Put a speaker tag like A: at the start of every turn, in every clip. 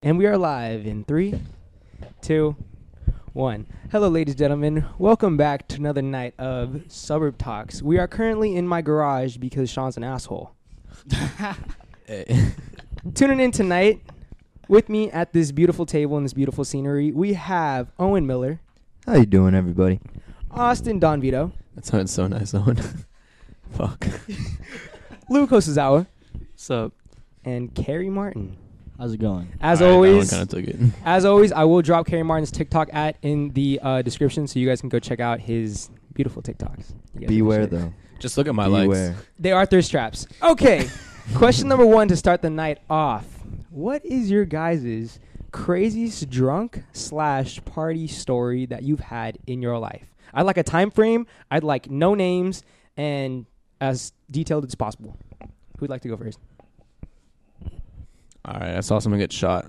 A: And we are live in three, two, one. Hello, ladies and gentlemen. Welcome back to another night of Suburb Talks. We are currently in my garage because Sean's an asshole. Tuning in tonight with me at this beautiful table and this beautiful scenery, we have Owen Miller,
B: How you doing, everybody?
A: Austin Don Vito,
C: That sounds so nice, Owen. Fuck.
A: Luke Hosozawa,
C: Sup?
A: and Carrie Martin.
D: How's it going?
A: As always,
C: kind of took it.
A: As always, I will drop Kerry Martin's TikTok at in the uh, description, so you guys can go check out his beautiful TikToks. You guys
B: Beware,
A: appreciate it.
B: though.
C: Just look at my
B: Beware.
C: legs.
A: They are thirst traps. Okay, question number one to start the night off: What is your guys' craziest drunk slash party story that you've had in your life? I'd like a time frame. I'd like no names and as detailed as possible. Who'd like to go first?
C: All right, I saw someone get shot.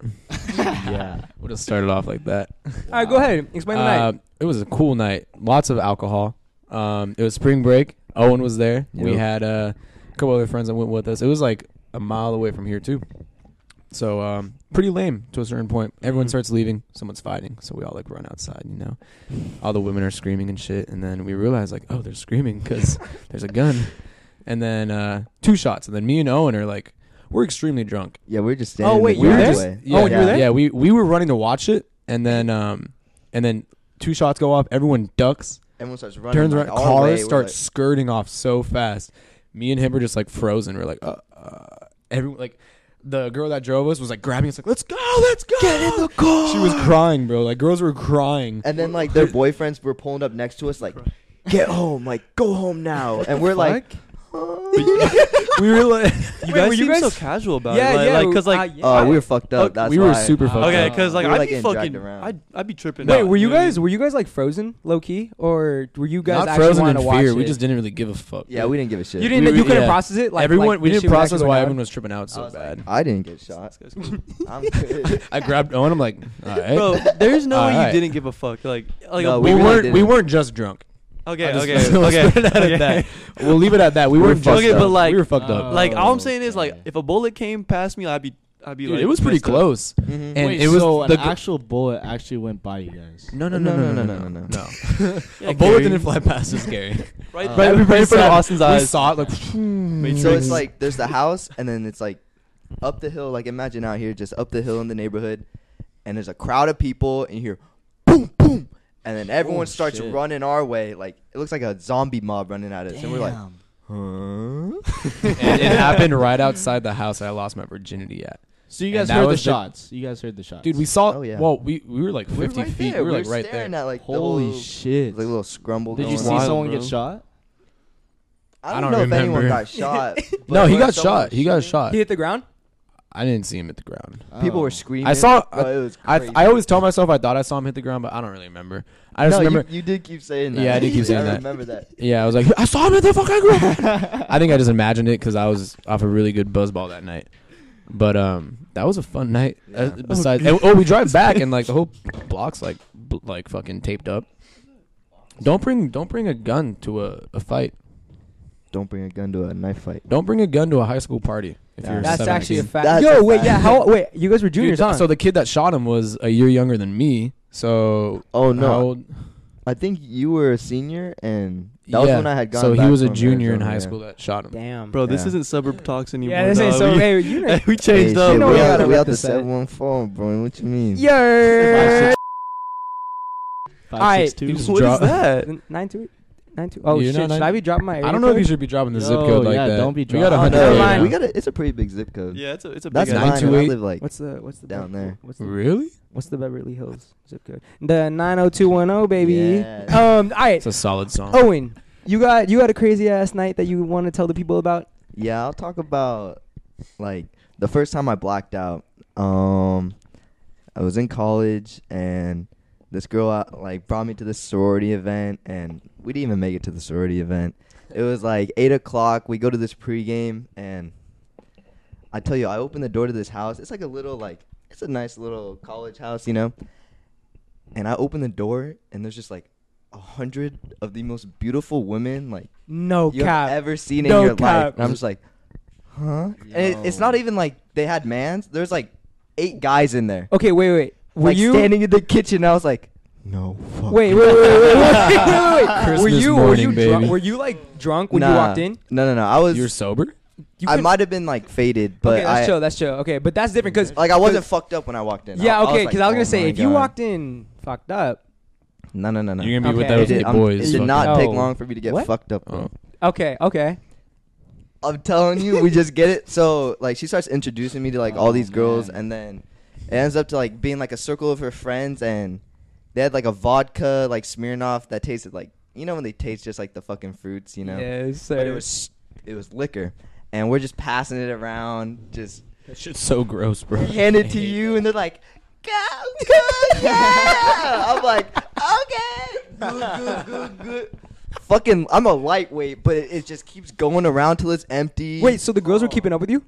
D: Yeah.
C: Would have started off like that.
A: All right, go ahead. Explain the
C: Uh,
A: night.
C: it was a cool night. Lots of alcohol. Um, it was spring break. Owen was there. We
B: Yep.
C: had uh, a couple other friends that went with us. It was like a mile away from here too. So um, pretty lame to a certain point. Everyone
A: Mhm.
C: starts leaving. Someone's fighting. So we all like run outside. You know, all the women are screaming and shit. And then we realize like, oh, they're screaming because there's a gun. And then uh, two shots. And then me and Owen are like, we're extremely drunk.
B: Yeah, we're just standing.
A: Oh, wait,
B: in
A: you
B: the
A: were there?
B: driveway.
A: Oh,
C: Yeah,
A: you were
C: yeah,
A: there?
C: Yeah, we we were running to watch it, and then um, and then two shots go off. Everyone ducks,
B: Everyone starts running.
C: turns
B: like,
C: around.
B: our
C: Cars
B: way, we're
C: start skirting off so fast. Me and him were just like frozen. We're like, uh, uh everyone like. The girl that drove us was like grabbing us, like, "Let's go, let's go!" Get in the car. She was crying, bro. Like girls were crying.
B: like- and then like their boyfriends were pulling up next to us, like, "Get home, like go home now." And we're like,
C: we were like,
A: Wait,
E: You guys
A: were you
E: seem
A: guys-
E: so casual about
A: Yeah,
E: it. Like,
A: yeah,
E: like, cause like,
A: uh, yeah.
B: "Oh, we were fucked up." That's
C: we were
B: why.
C: super fucked
E: okay,
C: up.
E: cause like
B: We were,
E: I'd
B: like,
E: be
B: getting dragged
E: fucking,
B: around.
E: I'd, I'd be tripping.
A: Wait,
E: out,
A: were you
E: know what I
A: guys
E: mean?
A: were you guys like frozen, low key, or were you guys
C: not
A: actually
C: frozen
A: want
C: in
A: to watch
C: fear. We
A: it?
C: just didn't really give a fuck.
B: Yeah, we didn't give a shit.
A: You didn't.
C: We-
A: you couldn't
C: yeah.
A: process it. Like
C: everyone,
A: like
C: we
A: this shit
C: didn't
A: was actually
C: process
A: going
C: why
A: down?
C: everyone was tripping out so
B: I was like,
C: bad.
B: I didn't get shot. I'm good.
C: I grabbed Owen. I'm like, all right.
E: Bro, there's no way
C: Alright.
E: you didn't give a fuck. Like, like
B: No,
E: a
C: we
B: really
C: weren't. We
B: didn't.
C: weren't just drunk.
E: okay,
C: I'll just-
E: okay,
C: let's
E: okay,
C: put it at
E: okay.
C: that. We'll leave it at that. We
B: We were
C: weren't just.
E: fucked Okay, but
C: drunk.
E: like-
C: we were fucked up.
E: Like, all I'm saying is like,
D: Okay.
E: if a bullet came past me, I'd be, I'd be
C: Dude,
E: like,
C: it was pretty
E: pissed off.
C: close,
B: Mhm.
C: and
D: Wait,
C: it was
D: so
C: the
D: an
C: gr-
D: actual bullet actually went by you guys.
C: No, no,
B: No,
C: no,
B: no,
C: no,
B: no,
C: no, no,
B: no,
C: no.
B: no.
E: Yeah,
C: a bullet
E: Gary.
C: didn't fly past us, Gary.
E: Right,
B: Uh,
E: right,
C: Everybody
E: right in front
C: saw-
E: of Austin's
C: We
E: eyes.
C: saw it like.
B: So
E: Matrix.
B: it's like there's the house, and then it's like up the hill. Like imagine out here, just up the hill in the neighborhood, and there's a crowd of people, and you hear boom, boom, and then everyone
D: Oh,
B: starts
D: shit.
B: running our way. Like it looks like a zombie mob running at us, and we're like,
D: Damn.
B: huh?
C: and it happened right outside the house that I lost my virginity at.
D: so you
C: and
D: guys
C: that
D: heard the
C: was the-
D: shots. You guys heard the shots.
C: Dude, we saw.
B: Oh, yeah.
C: Well, we we were like 50
B: We're right
C: feet.
B: there.
C: We were like
B: We're
C: right
B: staring
C: there.
B: At, like, the
D: holy
B: whole-
D: shit!
B: Like a little scrumble.
D: Did you
B: going
D: see
B: on.
C: Wild,
D: someone
C: bro.
D: get shot?
B: I don't,
C: I don't
B: know if anyone
C: remember.
B: got shot. but
C: No, he
B: when
C: got
B: someone
C: shot.
B: was
C: He got
B: shooting,
C: shot.
A: He hit the ground.
C: I didn't see him at the ground.
B: People
D: Oh.
B: were screaming.
C: I saw.
B: Bro, it was
C: I,
B: crazy.
C: I always tell myself I thought I saw him hit the ground, but I don't really remember. I just
B: no,
C: remember.
B: You, you did keep saying that.
C: Yeah, I did keep saying
B: I
C: that.
B: remember that.
C: yeah, I was like, I saw him hit the fucking ground. I think I just imagined it because I was off a really good buzzball that night. But um, that was a fun night. Uh, besides, and- oh, we drive back and like the whole block's like bl- like fucking taped up. Don't bring don't bring a gun to a, a fight.
B: Don't bring a gun to a knife fight.
C: Don't bring a gun to a high school party. If
B: Nah.
C: you're
A: That's actually a
C: 17.
A: fact.
B: That's
A: Yo,
B: a
A: wait,
B: fact.
A: yeah, how? Wait, you guys were
C: Dude,
A: juniors, huh?
C: So the kid that shot him was a year younger than me. So
B: Oh
C: how
B: no,
C: old?
B: I think you were a senior, and that was
C: Yeah.
B: when I had gone.
C: So he
B: back
C: was a
B: from
C: junior in
B: Arizona,
C: high
B: yeah.
C: school that shot him.
A: damn,
E: Bro, this
B: Yeah.
E: isn't suburb talks anymore.
A: Yeah, this ain't
E: dog.
A: so.
E: We-
A: Hey, you know,
E: we
B: Hey,
E: changed
B: shit,
A: You know
E: up.
A: what
B: we
A: I
B: out,
A: gotta
B: we
A: rep
B: out the
A: this side.
B: seven one four, bro. What you mean?
A: yeah.
D: Five,
A: Alright.
D: six, two?
C: Dude,
E: What
C: Dro-
E: is that?
A: Nine two, nine two. Oh
C: You're
A: shit!
C: not
A: Should
C: nine-
A: I be dropping my?
C: I don't know if you should be dropping the zip
D: No,
C: code like
D: yeah,
C: that.
D: don't be
C: We got a
D: dropping-
C: hundred.
A: Oh, no,
C: right
A: yeah.
C: now.
B: we got a, It's a pretty big zip code.
E: Yeah, it's a it's a big
B: That's
C: got
E: ass-
C: nine.
B: mine. and I
C: 928.
B: live like
A: What's the what's the
B: down
A: Beverly-
B: there.
A: What's the
C: Really?
A: what's the Beverly Hills zip code? The nine zero two one zero, baby.
B: Yeah.
A: Um, all right,
C: It's a solid song.
A: Owen, you got you had a crazy ass night that you want to tell the people about.
B: Yeah, I'll talk about like the first time I blacked out. Um, I was in college, and this girl uh, like brought me to this sorority event, and we didn't even make it to the sorority event. It was like eight o'clock. We go to this pregame, and I tell you, I open the door to this house. It's like a little like it's a nice little college house, you know. And I open the door, and there's just like a hundred of the most beautiful women like
A: No
B: you've
A: cap.
B: ever seen
A: No
B: in your
A: cap.
B: life. And I'm just like, huh? And it, it's
D: Yo.
B: not even like they had mans. There's like eight guys in there.
A: okay, wait, wait. Were
B: like
A: you
B: standing in the kitchen. I was like, no. Fuck.
A: Wait, wait, wait, wait, wait, wait, wait, wait. were
C: Christmas
A: you were
C: morning,
A: you drunk?
C: baby.
A: Were you like drunk when
B: Nah.
A: you walked in?
B: No, no, no. I was.
C: You're sober?
A: You
B: I
A: couldn't-
B: might have been like faded, but
A: okay, that's
B: I
A: chill. That's chill. Okay, but that's different because
B: Mm-hmm. like I wasn't fucked up when I walked in.
A: Yeah,
B: I,
A: okay,
B: like,
A: because I was,
B: oh
A: gonna say
B: my
A: if you
B: God.
A: walked in fucked up.
B: no, no, no, no.
C: You're gonna be
A: Okay.
B: it
C: with those
B: did,
C: eight
B: I'm-
C: boys.
B: it did
C: fucking-
B: not take
A: Oh.
B: long for me to get
A: What?
B: fucked up.
C: Oh.
B: Bro.
A: Okay, okay.
B: I'm telling you, we just get it. So like, she starts introducing me to like all
D: Oh,
B: these girls,
D: man.
B: and then it ends up to like being like a circle of her friends, and they had like a vodka like Smirnoff that tasted like you know when they taste just like the fucking fruits, you know.
A: Yes,
B: But it
A: sir.
B: was it was liquor, and we're just passing it around, just
C: That shit's so gross, bro.
B: hand it to you, and they're like, go, go, yeah. I'm like, okay, good, good, good, good. Fucking, I'm a lightweight, but it, it just keeps going around till it's empty.
A: Wait, so the girls were keeping up with you,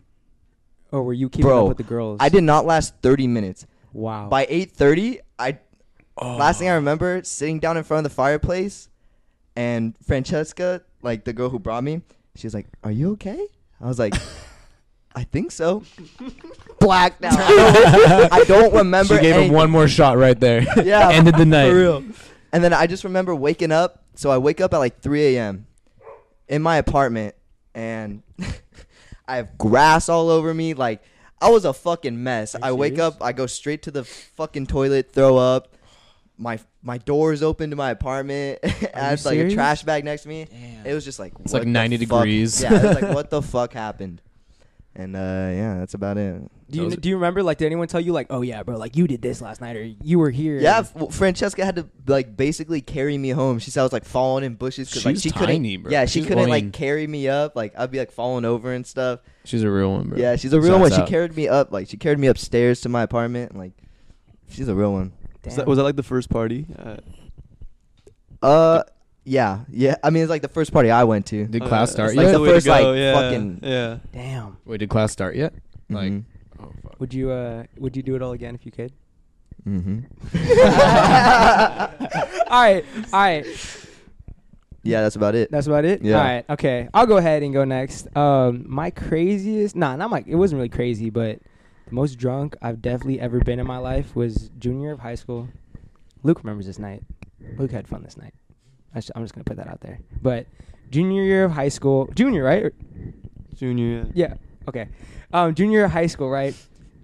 A: or were you keeping
B: Bro,
A: up with the girls?
B: I did not last 30 minutes.
C: Oh.
A: Wow.
B: By 8:30, I last thing I remember sitting down in front of the fireplace, and Francesca, like the girl who brought me, she was like, "Are you okay?" I was like. I think so. Blacked out. I don't, I don't remember.
C: She gave him
B: anything.
C: one more shot right there.
B: Yeah.
C: Ended the night.
B: For real. And then I just remember waking up. So I wake up at like 3 a.m. in my apartment, and I have grass all over me. Like I was a fucking mess. I wake
D: serious?
B: up. I go straight to the fucking toilet, throw up. My my door is open to my apartment. I had like
A: serious?
B: a trash bag next to me. It was just like
C: It's
B: what
C: like
B: the
C: 90
B: fuck-
C: degrees.
B: Yeah, it's like what the fuck happened. And uh, yeah, that's about it.
A: do you
C: Those-
A: do you remember? Like, did anyone tell you like, oh yeah, bro, like you did this last night, or you were here?
B: Yeah, f- Francesca had to like basically carry me home. She said I was like falling in bushes because like
C: She's
B: she
C: tiny,
B: couldn't.
C: bro.
B: Yeah, she
C: She's
B: couldn't
C: annoying.
B: like carry me up. Like I'd be like falling over and stuff.
C: She's a real one, bro.
B: Yeah, she's a real one.
C: Shouts
B: She
C: out.
B: carried me up. Like she carried me upstairs to my apartment. and, Like she's a real one.
E: Was that, was that like the first party? Uh,
B: Uh, yeah, yeah. I mean, it's like the first party I went to.
C: Did
E: uh,
C: class
E: it's
C: start
B: like
C: yet?
B: the
E: way to
B: first, like,
E: go, yeah,
B: fucking-
E: yeah.
A: Damn.
C: Wait, did class start yet?
B: Mm-hmm.
C: Like, oh fuck.
A: Would you uh would you do it all again if you could?
B: Mm-hmm.
A: all right, all right.
B: Yeah, that's about it.
A: That's about it.
B: Yeah.
A: All right. Okay. I'll go ahead and go next. Um, my craziest. Nah, not my. It wasn't really crazy, but the most drunk I've definitely ever been in my life was junior of high school. Luke remembers this night. Luke had fun this night. I sh- I'm just gonna put that out there. But junior year of high school, junior right? Or-
E: Junior.
A: yeah. Okay. Um, junior year of high school, right?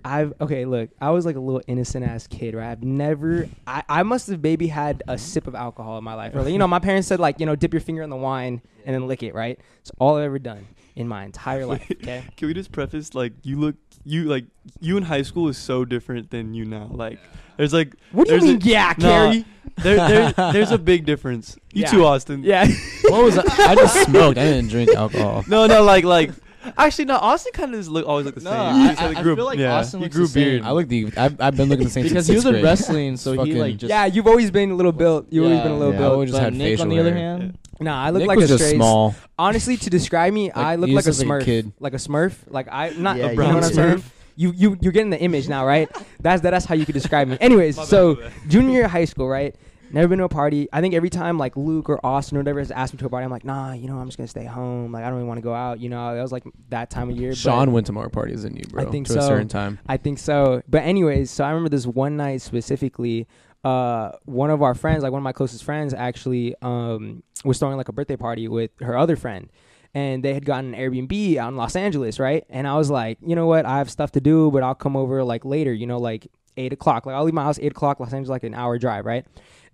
A: I've okay. Look, I was like a little innocent ass kid, right? I've never. I, I must have maybe had a sip of alcohol in my life. Really, you know, my parents said like, you know, dip your finger in the wine and then lick it, right? It's all I've ever done in my entire life. Okay.
E: Can we just preface like you look you like you in high school is so different than you now. Like there's like
A: What do you
E: there's
A: mean,
E: a,
A: yeah,
E: Nah,
A: Carrie?
E: there, there, there's a big difference. You
A: Yeah.
E: too, Austin.
A: Yeah.
C: what was I? I just smoked. I didn't drink alcohol.
E: No, no, like like actually no. Austin kind of look always look the
D: No,
E: same.
D: I-
E: He just
D: I-
E: had a
D: I
E: group-
D: feel like
E: yeah.
D: Austin
E: he
D: looks
E: grew
D: the same.
E: beard.
C: I look the. I've, I've been looking the same
D: because
C: since
D: he was
C: sixth
D: in
C: grade.
D: wrestling, so he
C: Fucking-
D: like just
A: yeah. You've always been a little built. You've always been a little
C: Yeah, I
A: built.
C: always just
D: But
C: had
D: Nick on
C: facial
D: the other
C: hair.
D: hand,
A: Nah, I look
C: Nick
A: like
C: was
A: a
C: just
A: stray.
C: small.
A: Honestly, to describe me, I
C: Like,
A: look
C: he
A: like a
C: just
A: Smurf,
C: looks like a kid.
A: like a Smurf. Like I not
B: Yeah,
A: you
E: yeah,
A: know what I'm
E: Smurf.
A: saying? You you you're getting the image now, right? That's that's how you could describe me. Anyways,
E: My bad,
A: so
E: my bad.
A: junior year of high school, right? Never been to a party. I think every time like Luke or Austin or whatever has asked me to a party, I'm like, nah, you know, I'm just gonna stay home. Like I don't even want to go out. You know, that was like that time of year. but-
C: Sean went to more parties than you, bro.
A: I think
C: to
A: so.
C: a certain time.
A: I think so. But anyways, so I remember this one night specifically. Uh, one of our friends, like one of my closest friends, actually um, was throwing like a birthday party with her other friend, and they had gotten an Airbnb out in Los Angeles, right? And I was like, you know what, I have stuff to do, but I'll come over like later, you know, like eight o'clock. Like I'll leave my house eight o'clock. Los Angeles like an hour drive, right?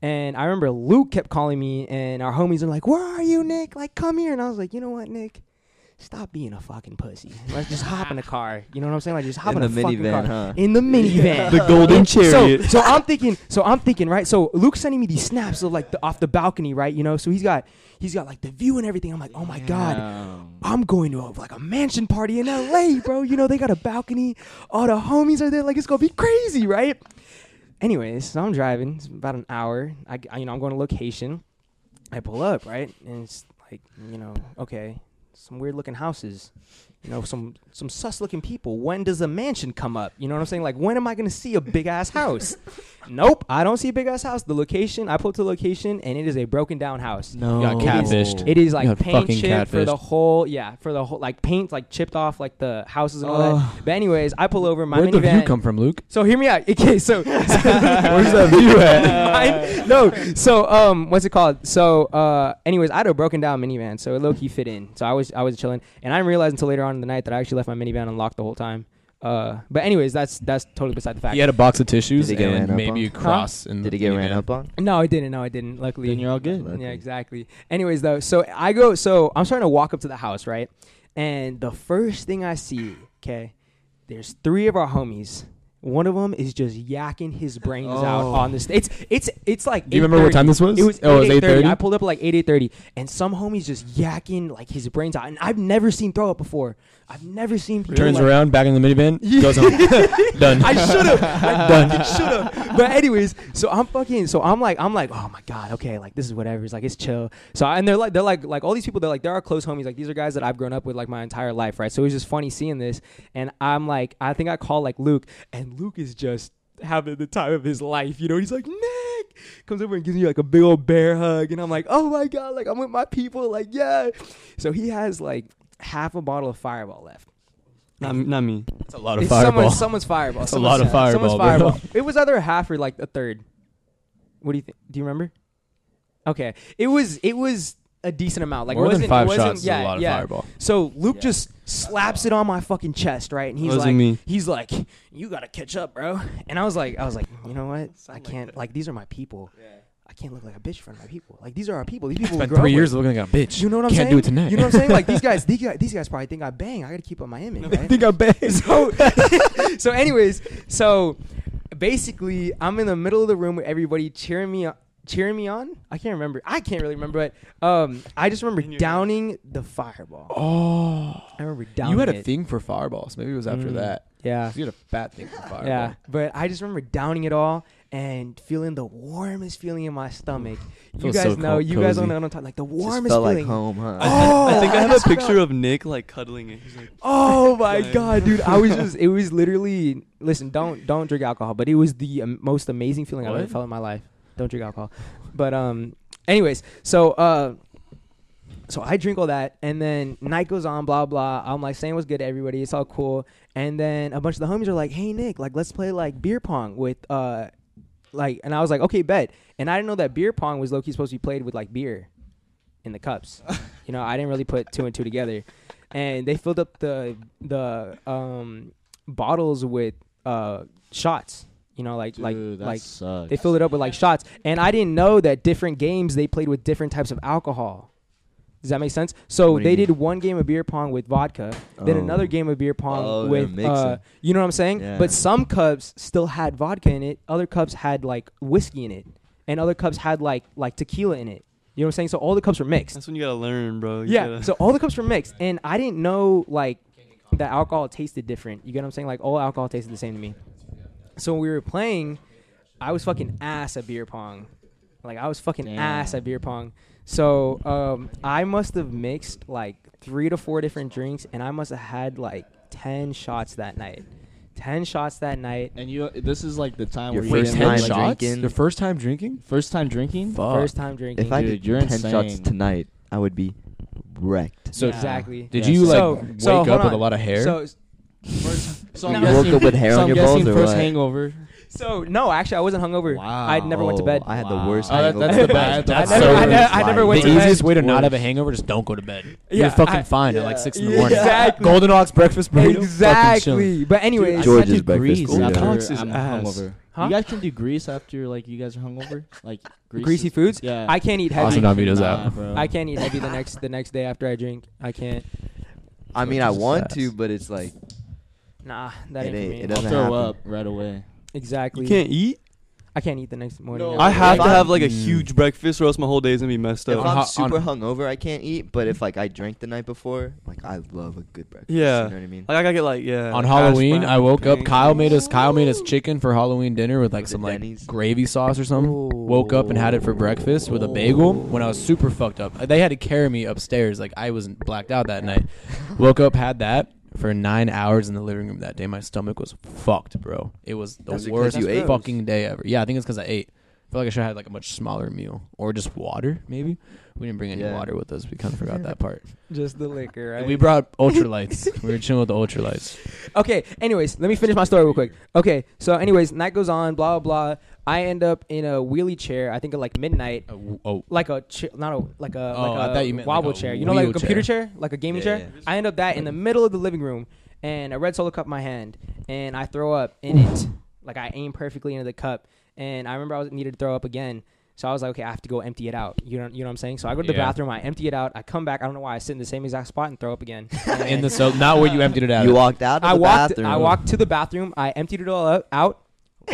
A: And I remember Luke kept calling me, and our homies are like, "Where are you, Nick? Like, come here." And I was like, "You know what, Nick? stop being a fucking pussy. Let's just hop in the car. You know what I'm saying? Like just hop
B: In
A: in,
B: the
A: a fucking
B: minivan,
A: car.
B: huh?
A: In the minivan.
E: The golden
A: So-
E: chariot.
A: So, I'm thinking. So I'm thinking. Right. So Luke's sending me these snaps of like the, off the balcony. Right. You know. So he's got he's got like the view and everything. I'm like, oh my god. I'm going to a, like a mansion party in LA, bro. You know they got a balcony. All the homies are there. Like it's gonna be crazy, right? Anyways, so I'm driving. It's about an hour. I, g- I- you know I'm going to location. I pull up right, and it's like you know okay, some weird looking houses, you know some some sus looking people. When does a mansion come up? You know what I'm saying? Like when am I gonna see a big ass house? nope, I don't see a big ass house. The location I pull up to the location, and it is a broken down house.
D: No.
C: got catfished.
A: It is
C: You
A: like
C: got
A: paint
C: fucking
A: chipped for the
C: catfished.
A: whole yeah for the whole like paint like chipped off like the houses and all
D: Ugh.
A: that. But anyways, I pull over my
C: Where did
A: minivan.
C: you come from, Luke?
A: So hear me out. Okay, so
C: Where's that view at?
A: Mine- no, so um, what's it called? So uh, anyways, I had a broken down minivan, so it low key fit in. So I was I was chilling, and I didn't realize until later on in the night that I actually left my minivan unlocked the whole time. Uh, but anyways, that's that's totally beside the fact.
C: He had a box of tissues
B: Did he get ran
C: and
B: up
C: maybe
B: on?
C: a cross. And
B: Did he get ran up on?
A: No, I didn't. No, I didn't. Luckily,
D: Then you're all good.
A: Yeah, exactly. Anyways, though, so I go, so I'm starting to walk up to the house, right? And the first thing I see, okay, there's three of our homies. One of them is just yakking his brains out on the stage. It's it's it's like.
C: Oh. Do you remember what
A: 8:30.
C: time this was?
A: It was
C: Oh, it was
A: 8:30.
C: 8:30?
A: I pulled up at like eight eight thirty, and some homies just yakking like his brains out. And I've never seen throw up before. I've never seen people
C: Turns
A: like,
C: around, back in the minivan, goes home. Done.
A: I should have. I fucking should have. But anyways, so I'm fucking. So I'm like, I'm like, oh my god, okay, like this is whatever. It's like it's chill. So I, and they're like, they're like, like all these people, they're like, they're our close homies. Like these are guys that I've grown up with like my entire life, right? So it was just funny seeing this. And I'm like, I think I call like Luke, and Luke is just having the time of his life. You know, he's like, Nick comes over and gives me like a big old bear hug, and I'm like, oh my god, like I'm with my people, like yeah. So he has like half a bottle of Fireball left.
E: Not, not me.
C: That's a lot of
A: It's someone-
C: fireball.
A: someone's fireball.
C: That's a
A: someone's,
C: lot of
A: Someone's
C: Fireball, bro.
A: fireball. It was either a half or like a third. What do you think? Do you remember? Okay, it was it was a decent amount. Like it
C: More
A: wasn't,
C: than five
A: it wasn't,
C: shots
A: Yeah,
C: is a lot of
A: yeah.
C: fireball.
A: So Luke just slaps it on my fucking chest, right? And he's
E: Wasn't
A: like,
E: me.
A: he's like, you gotta catch up, bro. And I was like, I was like, you know what? I can't. Like, these are my people. I can't look like a bitch in front of my people. Like these are our people. These people. we
C: Spent
A: grew
C: three
A: up
C: years
A: with.
C: looking like a bitch.
A: You know what I'm
C: Can't
A: saying?
C: do it tonight.
A: You know what I'm saying? Like these guys, these guys, these guys probably think I bang. I got to keep up my image. Right?
C: I banged.
A: so, so anyways, so basically, I'm in the middle of the room with everybody cheering me on. Cheering me on? I can't remember. I can't really remember, but um, I just remember
E: In your-
A: downing the fireball.
C: Oh.
A: I remember downing.
C: You had a
A: it.
C: thing for fireballs. Maybe it was after
A: Mm.
C: that.
A: yeah,
C: You had a fat thing for fireballs.
A: yeah. But I just remember downing it all and feeling the warmest feeling in my stomach. You
C: Feels
A: guys
C: so
A: know.
C: co-
A: You guys
C: cozy.
A: don't know what I'm talking. Like the
B: Just
A: warmest
B: felt like
A: feeling.
B: home, huh?
A: Oh,
E: I, I- I think I have a
A: that's
E: picture
A: right.
E: of Nick like cuddling it. He's like,
A: Oh my
E: Like-
A: god, dude! I was just—it was literally. Listen, don't don't drink alcohol, but it was the um, most amazing feeling I've ever
C: What?
A: felt in my life. Don't drink alcohol, but um, anyways, so uh, so I drink all that, and then night goes on, blah blah. I'm like saying what's good to everybody, it's all cool, and then a bunch of the homies are like, "Hey Nick, like let's play like beer pong with uh, like," and I was like, "Okay, bet." And I didn't know that beer pong was low key supposed to be played with like beer in the cups. you know, I didn't really put two and two together. And they filled up the the um bottles with uh shots. You know, like
D: Dude, that
A: like like
D: sucks.
A: they filled it up with like shots. And I didn't know that different games they played with different types of alcohol. Does that make sense? So
B: What do
A: they
B: you mean?
A: did one game of beer pong with vodka, then
B: Oh.
A: another game of beer pong
B: Oh, they're
A: with uh,
B: mixing.
A: you know what I'm saying?
B: Yeah.
A: But some cups still had vodka in it, other cups had like whiskey in it, and other cups had like like tequila in it. You know what I'm saying? So all the cups were mixed.
E: that's when you gotta learn, bro. You
A: Yeah.
E: gotta-
A: So all the cups were mixed, and I didn't know like that alcohol tasted different. You get what I'm saying? Like all alcohol tasted the same to me. So when we were playing, I was fucking ass at beer pong. Like I was fucking
D: Damn.
A: ass at beer pong. So um, I must have mixed like three to four different drinks, and I must have had like ten shots that night. Ten shots that night.
D: and you. This is like the time
B: Your
D: where
B: first
D: you didn't,
B: time
D: like,
B: shots?
D: drinking.
C: Your first time drinking?
D: First time drinking.
C: Fuck.
A: First time drinking.
B: if I
D: Dude,
B: did
D: you're
B: 10 shots
D: insane.
B: tonight, I would be wrecked.
C: So
A: exactly.
C: Did
D: Yeah,
C: you like
A: so-
C: wake
A: so,
C: up
A: hold
C: with a
A: on.
C: lot of hair?
A: So
D: So
B: You woke up with hair
D: so
B: on
D: I'm
B: your
D: guessing
B: balls or
D: first
B: what?
D: hangover.
A: so no, actually I wasn't hungover. I
D: Wow.
A: never went to bed.
B: I had
D: Wow.
B: the worst.
D: Oh, that-
B: hangover.
D: that's the bad-
A: I
D: that's
A: never,
C: so
A: I, ne-
C: rude.
A: I never went
C: the
A: to
C: easiest
A: bed.
C: way to not have a hangover is don't go to bed.
A: Yeah,
C: You're fucking
A: I-
C: fine at like six in the morning.
A: Exactly.
C: Golden Ox breakfast burrito. Fucking
A: Exactly. But anyways,
B: George's breakfast
D: Grease
B: burrito.
D: after
E: Alex is
D: I'm
E: ass.
D: hungover.
A: Huh?
D: You guys can do grease after like you guys are hungover, like grease
A: greasy
D: is-
A: foods.
D: Yeah,
A: I can't eat
C: chill. Austin
A: heavy.
C: Avito's
D: Nah,
C: out.
D: bro.
A: I can't eat heavy the next the next day after I drink. I can't.
B: I mean, I
C: Jesus
B: want
C: ass.
B: to, but it's like
A: Nah, that
B: It
A: ain't for
B: ain't-
A: me.
B: it
D: I'll
B: doesn't
D: throw
B: happen.
D: up right away.
A: exactly.
E: you can't eat.
A: I can't eat the next morning.
B: No.
A: after.
E: I have to
B: If
E: have like a
C: I'm-
A: Mm.
E: huge breakfast, or else my whole day's gonna be messed
B: If
E: up.
B: I'm
C: on-
B: super hungover, I can't eat. But if like I drank the night before, like I love a good breakfast.
E: Yeah.
B: you know what I mean.
E: Like I gotta get like yeah.
C: on
E: Uh, hash
C: Halloween,
E: brown,
C: I woke up. Kyle made us
E: pancakes.
C: Kyle made us chicken for Halloween dinner with like
B: With the
C: some like
B: Denny's.
C: gravy sauce or something. Woke up and had it for breakfast with a bagel when I was super fucked up. They had to carry me upstairs like I was blacked out that night. Woke up, had that for 9 hours in the living room that day. My stomach was fucked, bro. It was the
B: That's because
C: worst
B: you ate?
C: fucking day ever. Yeah, I think it's cuz I ate. I feel like I should have had like a much smaller meal or just water maybe. We didn't bring any
B: Yeah.
C: water with us. We kind of forgot that part.
A: just the liquor, right?
C: And we brought ultralights. we were chilling with the ultralights.
A: okay. Anyways, let me finish my story real quick. Okay, so anyways, night goes on, blah blah blah. I end up in a wheelie chair. I think at like midnight,
C: Oh, oh,
A: like a chi- not a like a
C: Oh,
A: like
C: I
A: a
C: thought you meant like
A: wobble
C: a
A: chair. You know, like a
C: wheelchair.
A: computer chair, like a gaming
B: Yeah,
A: chair.
B: yeah.
A: I end up that in the middle of the living room, and a red Solo cup in my hand, and I throw up in it. Like I aim perfectly into the cup, and I remember I was needed to throw up again. So I was like, okay, I have to go empty it out. You know, you know what I'm saying. So I go to the
C: Yeah.
A: bathroom, I empty it out, I come back. I don't know why I sit in the same exact spot and throw up again.
C: in the so not where you
E: Uh,
C: emptied it out.
B: You
C: of.
B: walked out of
A: I
B: the
A: walked.
B: bathroom.
A: I walked to the bathroom. I emptied it all out- out.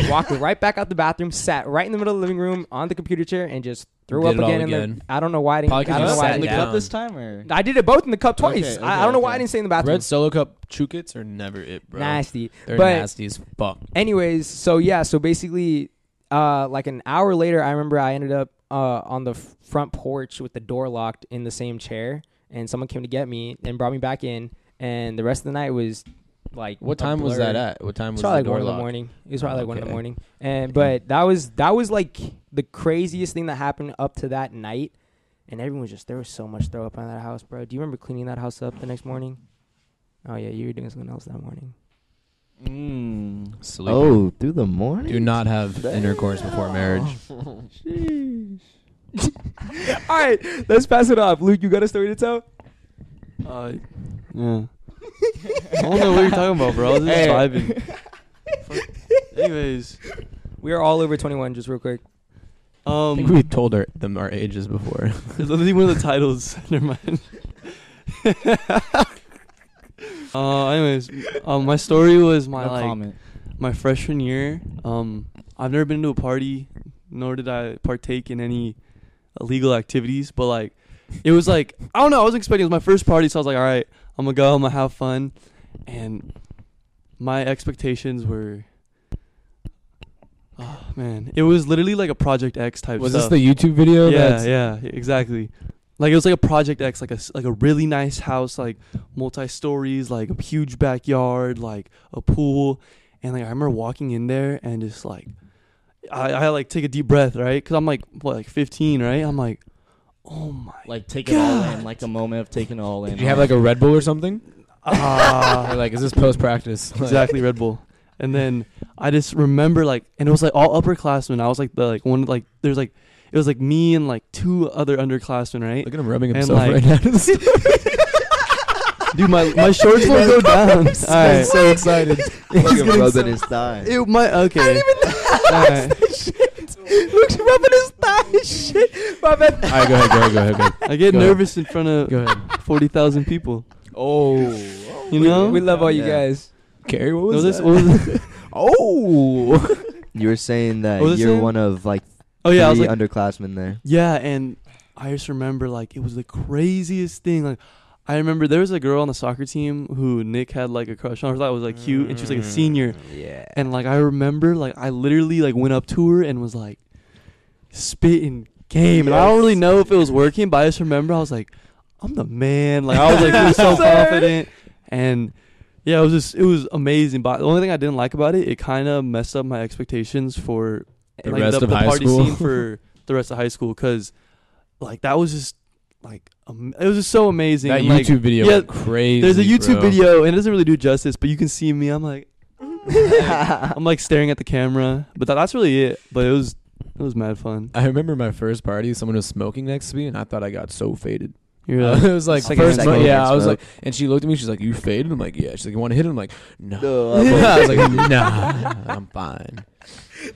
A: Walked right back out the bathroom. Sat right in the middle of the living room on the computer chair and just threw
C: Did
A: up
C: it all
A: again. in the-
C: again.
A: I don't know why I didn't.
C: Probably 'cause
A: I don't
C: you
A: know why I
C: sat
D: in the
A: didn't-
C: down.
D: cup this time or?
A: I did it both in the cup twice.
D: Okay,
A: I, I don't
D: okay,
A: know why I
D: okay.
A: didn't stay in the bathroom.
C: Red solo cup chukits are never it, bro.
A: Nasty.
C: They're
A: but
C: nasty as fuck.
A: anyways, so yeah, so basically, uh, like an hour later, I remember I ended up uh on the f- front porch with the door locked in the same chair, and someone came to get me and brought me back in, and the rest of the night was like
C: What
A: a
C: time was
A: blur.
C: that at? What time
A: It
C: was
A: was
C: the
A: probably like
C: door
A: one in the
C: locked?
A: morning. It was probably like one in the
C: Okay.
A: morning. And but that was that was like the craziest thing that happened up to that night. And everyone was just there was so much throw up on that house, bro. Do you remember cleaning that house up the next morning? Oh yeah, you were doing something else that morning.
D: Mm.
C: Sleep.
B: Oh, through the morning. Oh,
C: Do not have intercourse before marriage.
E: Um,
A: All right, let's pass it off. Luke, you got a story to tell?
E: Uh, yeah. I don't know what you're talking about, bro. I was just
A: Hey.
E: vibing. Fuck. Anyways,
A: We are all over 21, just real quick.
C: I
E: um,
C: think we told our, them our ages before.
E: There's only one of the titles. Never mind. uh, anyways, um, my story was my
D: no
E: like
D: comment.
E: my freshman year. Um, I've never been to a party, nor did I partake in any illegal activities. But like, it was like I don't know. I was expecting it was my first party, so I was like, all right, I'm gonna go, I'm gonna have fun, and my expectations were. Oh man, it was literally like a Project X type.
C: was
E: stuff
C: this the YouTube video?
E: yeah,
C: that's,
E: yeah, exactly. Like it was like a Project X, like a s- like a really nice house, like multi stories, like a huge backyard, like a pool, and like I remember walking in there and just like, I, I like take a deep breath, right? Cause I'm like what, like 15, right? I'm like, oh my,
D: Like take it all in, like the moment of taking it all in.
C: Did you have like a Red Bull or something?
E: ah,
C: Or like, is this post practice?
E: exactly Red Bull. And then I just remember like, and it was like all upperclassmen. I was like the like one like there's like it was like me and like two other underclassmen, right?
C: Look at him rubbing
E: And
C: himself
E: like-
C: right now.
E: Dude, my my shorts will go down. All right.
C: so excited.
B: Fucking rubbing his thigh.
E: Ew, my okay.
A: Luke's rubbing his thigh. Shit, my bad.
C: All right, go ahead, go ahead, go ahead, go ahead.
E: I get
C: Go ahead.
E: nervous in front of
C: Go ahead.
E: forty thousand people.
C: Oh,
E: You know?
A: we love all you
B: Yeah.
A: guys.
C: Carrie, what
E: No,
C: was
E: this-
C: that?
E: what was-
C: oh,
B: You were saying that
E: What was
B: you're
E: it?
B: one of like
E: oh yeah, I was
B: three
E: like,
B: underclassmen there.
E: yeah, and I just remember like it was the craziest thing. Like I remember there was a girl on the soccer team who Nick had like a crush on. Or that was like cute, and she
C: Mm.
E: was like a senior.
A: Yeah.
E: And like I remember, like I literally like went up to her and was like spitting game. And I don't really know if it was working, but I just remember I was like, I'm the man. Like I was like feeling so
A: Sir.
E: confident, and yeah, it was just it was amazing. But the only thing I didn't like about it, it kind of messed up my expectations for
C: The
E: like,
C: rest
E: the,
C: of
E: the
C: high
E: party
C: school.
E: scene for the rest of high school because like that was just like am- it was just so amazing.
C: that
E: and, like,
C: YouTube video
E: yeah,
C: went crazy.
E: there's a YouTube
C: bro.
E: video, and it doesn't really do justice, but you can see me. I'm like, I'm like staring at the camera, but that, that's really it. But it was, it was mad fun.
C: I remember my first party. Someone was smoking next to me, and I thought I got so faded.
E: You're
C: Uh,
E: like,
C: it was like
E: Second
C: first,
B: smoke.
C: mo- yeah. I was
B: Smoke.
C: like, and she looked at me. She's like, "You faded?" I'm like, "Yeah." She's like, "You want to hit?" I'm like, "No."
B: No, I'm
C: I was
B: okay.
C: like, "Nah, I'm fine."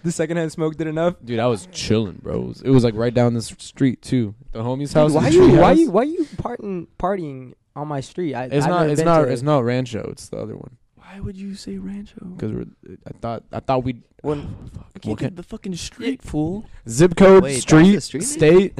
A: The secondhand smoke did enough.
C: Dude, I was chilling, bro. It was, it was, like right down the s- street too. The homie's house.
A: why
C: is a
A: you?
C: tree
A: Why
C: house.
A: you? Why you partying? Partying on my street? I,
C: It's
A: I've
C: not.
A: never
C: It's
A: been
C: not.
A: to it.
C: It's not Rancho. It's the other one.
E: Why would you say Rancho?
C: because I thought I thought we
E: Look at the fucking street, fool.
C: zip code
B: Wait, that's
C: street,
B: the street name?
C: state.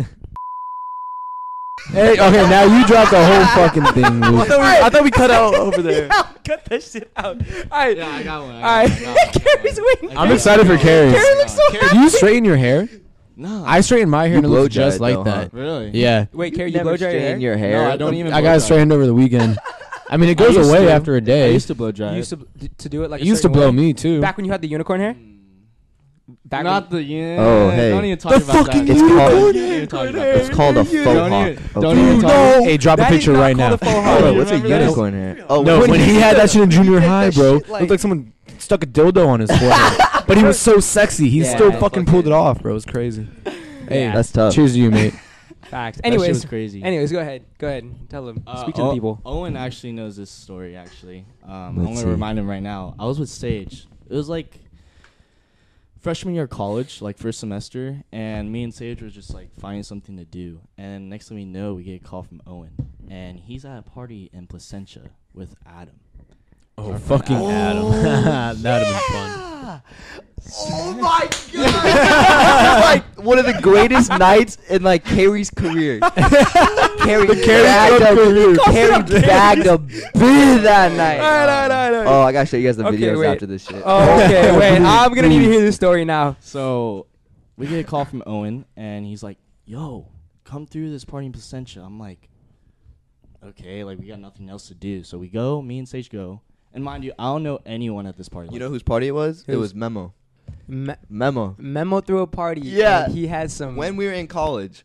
C: hey, okay, now you dropped the whole fucking thing.
E: I
C: Luke.
E: thought we, I thought we cut out over there.
A: Cut that shit out. All right.
D: Yeah, I got one. I
A: All right.
D: got one, I got one.
A: Carrie's waiting.
C: I'm excited for Carrie.
A: Carrie looks so
C: Do you straighten your hair?
D: No.
C: I straighten my hair
B: You
C: and it
B: blow
C: looks just
B: dry it
C: like
B: though,
C: that.
D: really?
C: Yeah,
A: Wait, Carrie, you
B: never
A: blow dry your hair?
B: straighten your hair.
D: No, I don't even.
C: I
D: blow
C: got it
D: dry.
C: straightened over the weekend. I mean, it goes
D: I used
C: away
D: to.
C: after a
D: I
C: day.
D: used to blow dry.
A: You
D: it.
A: used to, d- to Hmm. do it like
C: It
A: a
C: used to
A: certain
C: blow
A: way?
C: me too.
A: Back when you had the unicorn hair? Back
D: Not the yeah.
B: Oh, hey.
D: Don't even talk
E: The
D: about
E: fucking
D: that.
B: It's unicorn
D: Don't
E: called-
D: even talk about
B: It's
D: that.
B: called a faux
D: Don't
B: hawk.
D: even-
B: okay.
D: don't even talk-
E: No.
C: hey, drop a
A: That is
C: picture
A: not
C: right
A: called
C: now.
A: a faux
B: Hold
A: hawk.
B: on, what's a
D: remember that?
B: unicorn hair? Oh,
C: No,
B: when
C: when he had that shit in junior
B: did
C: high,
B: that
C: bro,
B: shit,
C: looked
B: like-
C: like someone stuck a dildo on his forehead. but he was so sexy, he
A: Yeah,
C: still
A: yeah,
C: fucking
B: fuck
C: pulled
B: it.
C: it off, bro. It was crazy. Hey,
B: That's tough.
C: Uh, Cheers to you, mate.
A: Facts.
D: That shit
A: Anyways,
D: was crazy.
A: Anyways, go ahead. Go ahead. and Tell them.
D: Uh,
A: Speak to
D: O-
A: the people.
D: Owen actually knows this story. Actually, um, I'm
B: Let's
D: gonna
B: see.
D: remind him right now. I was with Sage. It was like freshman year of college, like first semester, and me and Sage was just like finding something to do. And next thing we know, we get a call from Owen, and he's at a party in Placentia with Adam.
C: Oh, fucking Adam. That'd have been fun.
B: Oh my god! like one of the greatest nights in like Carrie's career. Carrie, bagged
C: Cup career.
B: a, Carrie bagged a bid that night.
A: Alright, alright, alright, alright.
B: Oh, I gotta show you guys the
A: Okay,
B: videos
A: wait.
B: after this shit.
A: Oh, okay, wait. I'm gonna need to hear this story now.
D: So we get a call from Owen, and he's like, "Yo, come through this party in Placentia." I'm like, "Okay, like we got nothing else to do." So we go. Me and Sage go. And mind you, I don't know anyone at this party.
B: You
D: like,
B: know whose party it was? It
A: Whose?
B: was Memo.
A: Me-
B: Memo.
A: Memo threw a party.
B: Yeah.
A: and He had some.
B: When we were in college,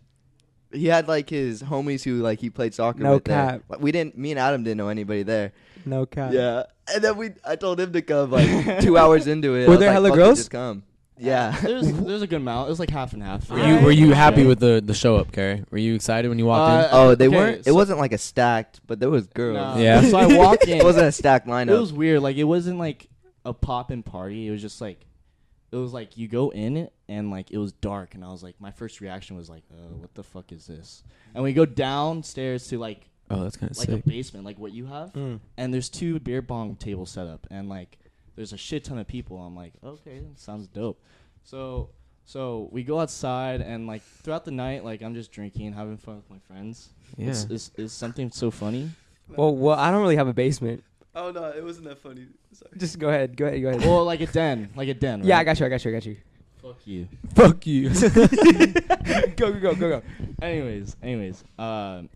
B: he had like his homies who like he played soccer
A: No
B: with. there.
A: cap.
B: Like, We didn't. Me and Adam didn't know anybody there.
A: no cap.
B: Yeah, and then we. I told him to come like two hours into it. I
A: Were
B: was
A: there
B: like,
A: hella
B: "Fuck it,
A: girls?"
B: Just come. Yeah.
D: There's there's a good amount. It was like half and half.
C: Were you, were you happy with the, the show up, Carrie? Were you excited when you walked
D: Uh,
B: Oh, they
D: okay,
B: weren't. It
D: so-
B: wasn't like a stacked, but there was girls.
D: Nah.
C: Yeah.
D: So I walked in.
B: it wasn't a stacked
D: It
B: lineup.
D: was weird. Like it wasn't like a pop in party. It was just like it was like you go in it and like it was dark and I was like my first reaction was like, uh, what the fuck is this? And we go downstairs to like
C: in? Oh, that's kind of
D: like
C: sick.
D: a basement, like what you have. And there's two beer bong tables set up, and like there's a shit ton of people. I'm like, okay, that sounds dope. So so we go outside, and like throughout the night, like I'm just drinking, having fun with my friends. It's,
C: Yeah.
D: it's, it's something so funny.
A: Well, well, I don't really have a basement.
E: Oh no, it wasn't that funny. Sorry.
A: Just go ahead. Go ahead. Go ahead.
D: well, like a den, like a den. Right?
A: yeah, I got you. I got you. I got you.
D: Fuck you.
C: Fuck you.
A: go, go, go, go, go.
D: anyways, anyways, um,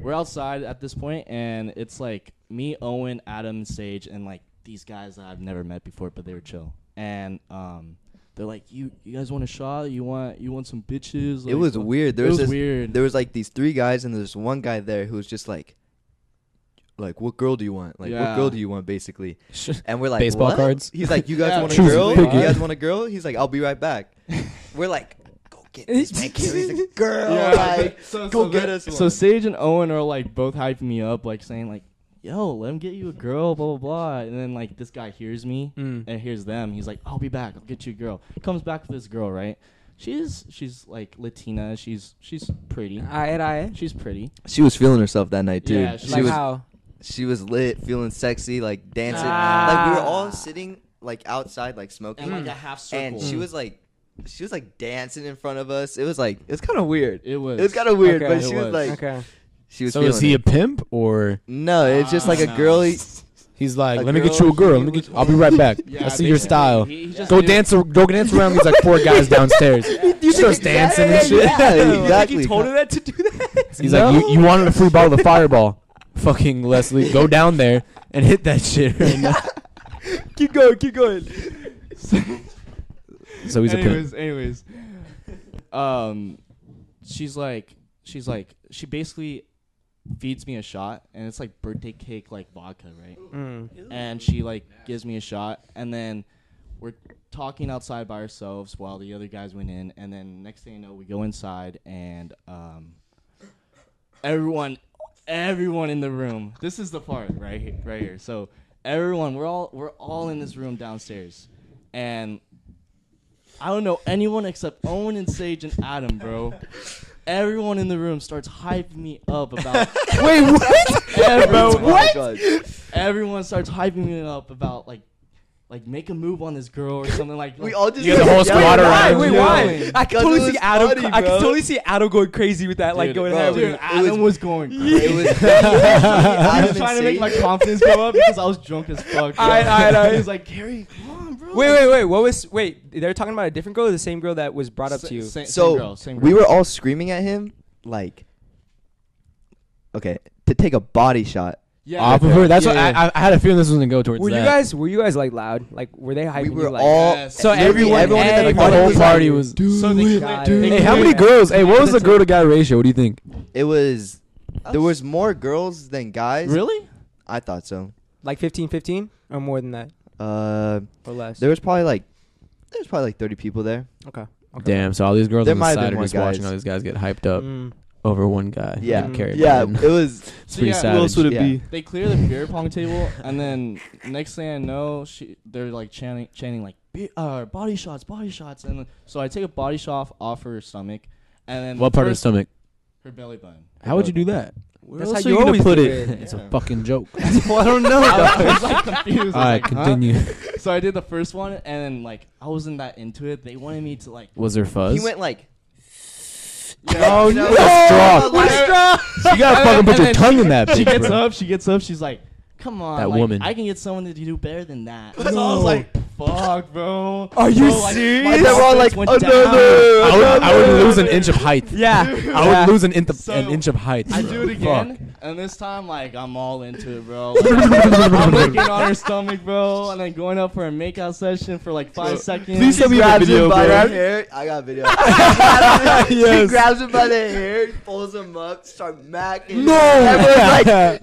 D: we're outside at this point, and it's like me, Owen, Adam, Sage, and like these guys that I've never met before, but they were chill. And um, they're like, "You, you guys want a shot? You want, you want some bitches?"
B: It
D: Like,
B: was
D: uh,
B: weird. There
D: it
B: was,
D: was,
B: this,
D: weird.
B: There was like these three guys, and there's one guy there who was just like, like, what girl do you want? Like, what
D: Yeah.
B: girl do you want? Basically, and we're like,
C: Baseball
B: "What?"
C: cards?
B: He's like, you guys
D: Yeah,
B: want a
C: choose a
B: girl?
C: piggy.
B: You guys want a girl? He's like, I'll be right back. we're like, go get this man. Carries a girl.
D: Yeah.
B: Like,
D: So-
B: go
D: so
B: get
D: the-
B: us.
D: So
B: one."
D: Sage and Owen are like both hyping me up, like saying like, "Yo, let him get you a girl," blah blah blah. And then like this guy hears me
A: Mm.
D: and hears them. He's like, "I'll be back. I'll get you a girl." Comes back with this girl, right? She's she's like Latina. She's she's pretty.
A: Aye, aye.
D: She's pretty.
B: she was feeling herself that night, dude.
D: Yeah,
B: she
A: Ah,
D: she
A: eh? Like
B: was
A: how?
B: she was lit, feeling sexy, like dancing. Like we were all sitting like outside, like smoking,
D: And like a half circle.
B: and she was like, she was like dancing in front of us. It was like it was kind of weird.
D: It was.
B: It was kind of weird,
A: Okay.
B: but she
D: It
B: was,
D: was.
B: like,
A: Okay.
B: she was.
C: so is
B: feeling
C: he a
B: it.
C: pimp or
B: no, it's just like a
D: Ah, no.
B: girly.
C: he's like,
B: A
C: let me get
B: girl,
C: you a girl.
B: she
C: Let me
B: was-
C: get, I'll be right back.
D: Yeah,
C: I see your
D: basically,
C: style.
D: he- he just
C: go
D: knew-
C: dance. ar- Go dance around these like four guys downstairs. He starts dancing and shit.
B: Yeah, exactly.
A: You told her that to do that.
C: He's like, you, you wanted a free bottle of Fireball. Fucking Leslie, go down there and hit that shit. right now.
A: keep going. Keep going.
C: So he's a pimp.
D: anyways, anyways. Um, she's like, she's like, she basically feeds me a shot, and it's like birthday cake, like vodka, right? and she like gives me a shot and then we're talking outside by ourselves while the other guys went in and then next thing you know we go inside and um everyone everyone in the room this is the part right here, right here so everyone we're all we're all in this room downstairs and I don't know anyone except Owen and Sage and Adam, bro. Everyone in the room starts hyping me up about
B: Oh
C: Wait, what?
A: Oh
D: everyone.
B: What?
D: everyone starts hyping me up about like, like make a move on this girl or something like.
B: We
D: like-
B: all just
C: You got the whole
B: yelled at
C: squad around.
B: him.
A: Wait,
D: Yeah.
A: why? I can
B: Because
A: totally
B: it
A: see
B: was
A: Adam.
B: funny,
A: I can
B: bro.
A: totally see Adam going crazy with that. like
D: Dude,
A: going
B: bro.
A: ahead.
D: Dude,
A: with-
D: Adam was, going. Crazy.
B: It was
D: I
B: I
D: was trying to make my confidence go up because I was drunk as fuck. bro.
A: Alright, alright, alright.
D: He was like, Gary, come on, bro.
A: Wait, wait, wait. What was? Wait, they're talking about a different girl, or the same girl that was brought up
D: Sa-
A: to you.
D: sa- Same,
B: so
D: girl, same girl.
B: we were all screaming at him like okay to take a body shot
D: yeah,
C: off of her. That's
D: yeah,
C: what
D: yeah.
C: I, I, I had a feeling this was gonna go towards.
A: Were you
C: that.
A: guys? Were you guys like loud? Like, were they hyping
B: we
A: you?
B: were
A: Like,
B: all
D: Yes.
A: So
B: literally
A: everyone-
B: everyone in
A: everyone-
B: the
C: Like,
B: party
C: the whole
B: was
C: party
B: like-
C: was.
D: So they
A: it,
D: clicked.
A: dude.
D: They
C: Hey, how
D: clicked.
C: many girls? Hey, what was the girl to guy ratio? What do you think?
B: it was there was more girls than guys
D: Really?
B: i thought so
A: like 15, 15, or more than that,
B: uh
A: or less.
B: there was probably like there's probably like 30 people there
A: okay. okay.
C: Damn. So all these girls
B: There
C: on
B: might
C: the
B: have
C: side
B: been
C: are
B: more
C: just watching
B: guys.
C: all these guys get hyped up
A: Mm.
C: over one guy.
B: yeah
C: Like, carry
B: yeah
C: him.
B: it was
C: It's pretty
D: yeah,
E: Who else
C: savage.
E: would it
B: Yeah.
E: be?
D: They clear the beer pong table, and then next thing I know, she they're like chanting, chanting like "Be- uh, body shots, body shots, and then, so I take a body shot off her stomach, and then
C: What part of the
D: first-
C: stomach?
D: Her belly button.
C: How would you do that?
E: Where
A: That's
E: else
A: how
E: are
A: you
E: you gonna
A: always
E: put
A: do
E: it?
A: it.
C: It's
D: Yeah.
C: a fucking joke.
E: well, I don't know.
D: I was like confused.
C: All
D: I
C: right,
D: was like, huh?
C: continue.
D: So I did the first one, and then like I wasn't that into it. They wanted me to like.
C: Was there fuzz?
B: he went like
D: Yeah.
B: no,
C: with a straw.
B: no, like-
C: You gotta fucking
D: And then-
C: put
D: and
C: your
D: then
C: tongue in that. bitch,
D: She gets
C: bro.
D: up. She gets up. She's like, "Come on,
C: That
D: like,
C: woman.
D: I can get someone to do better than that." So I was like, "Fuck, bro."
A: Are you
D: Bro, like, my
A: serious?
B: And they're all
D: confidence
B: like,
D: went down.
B: another,
C: I would, I would
B: another.
C: lose an inch of height.
A: Yeah.
C: I would
A: Yeah.
C: lose an, inch of
D: So,
C: an inch of height.
D: I
C: bro.
D: do it
C: Fuck.
D: again, and this time, like, I'm all into it, bro. Like, I'm looking on her stomach, bro, and then going up for a makeout session for like five seconds.
E: please tell me you have
B: grabs
E: video,
B: him by
E: bro.
B: the hair. I got video. yes. She grabs him by the hair, pulls him up, start macking. No. Everyone's like,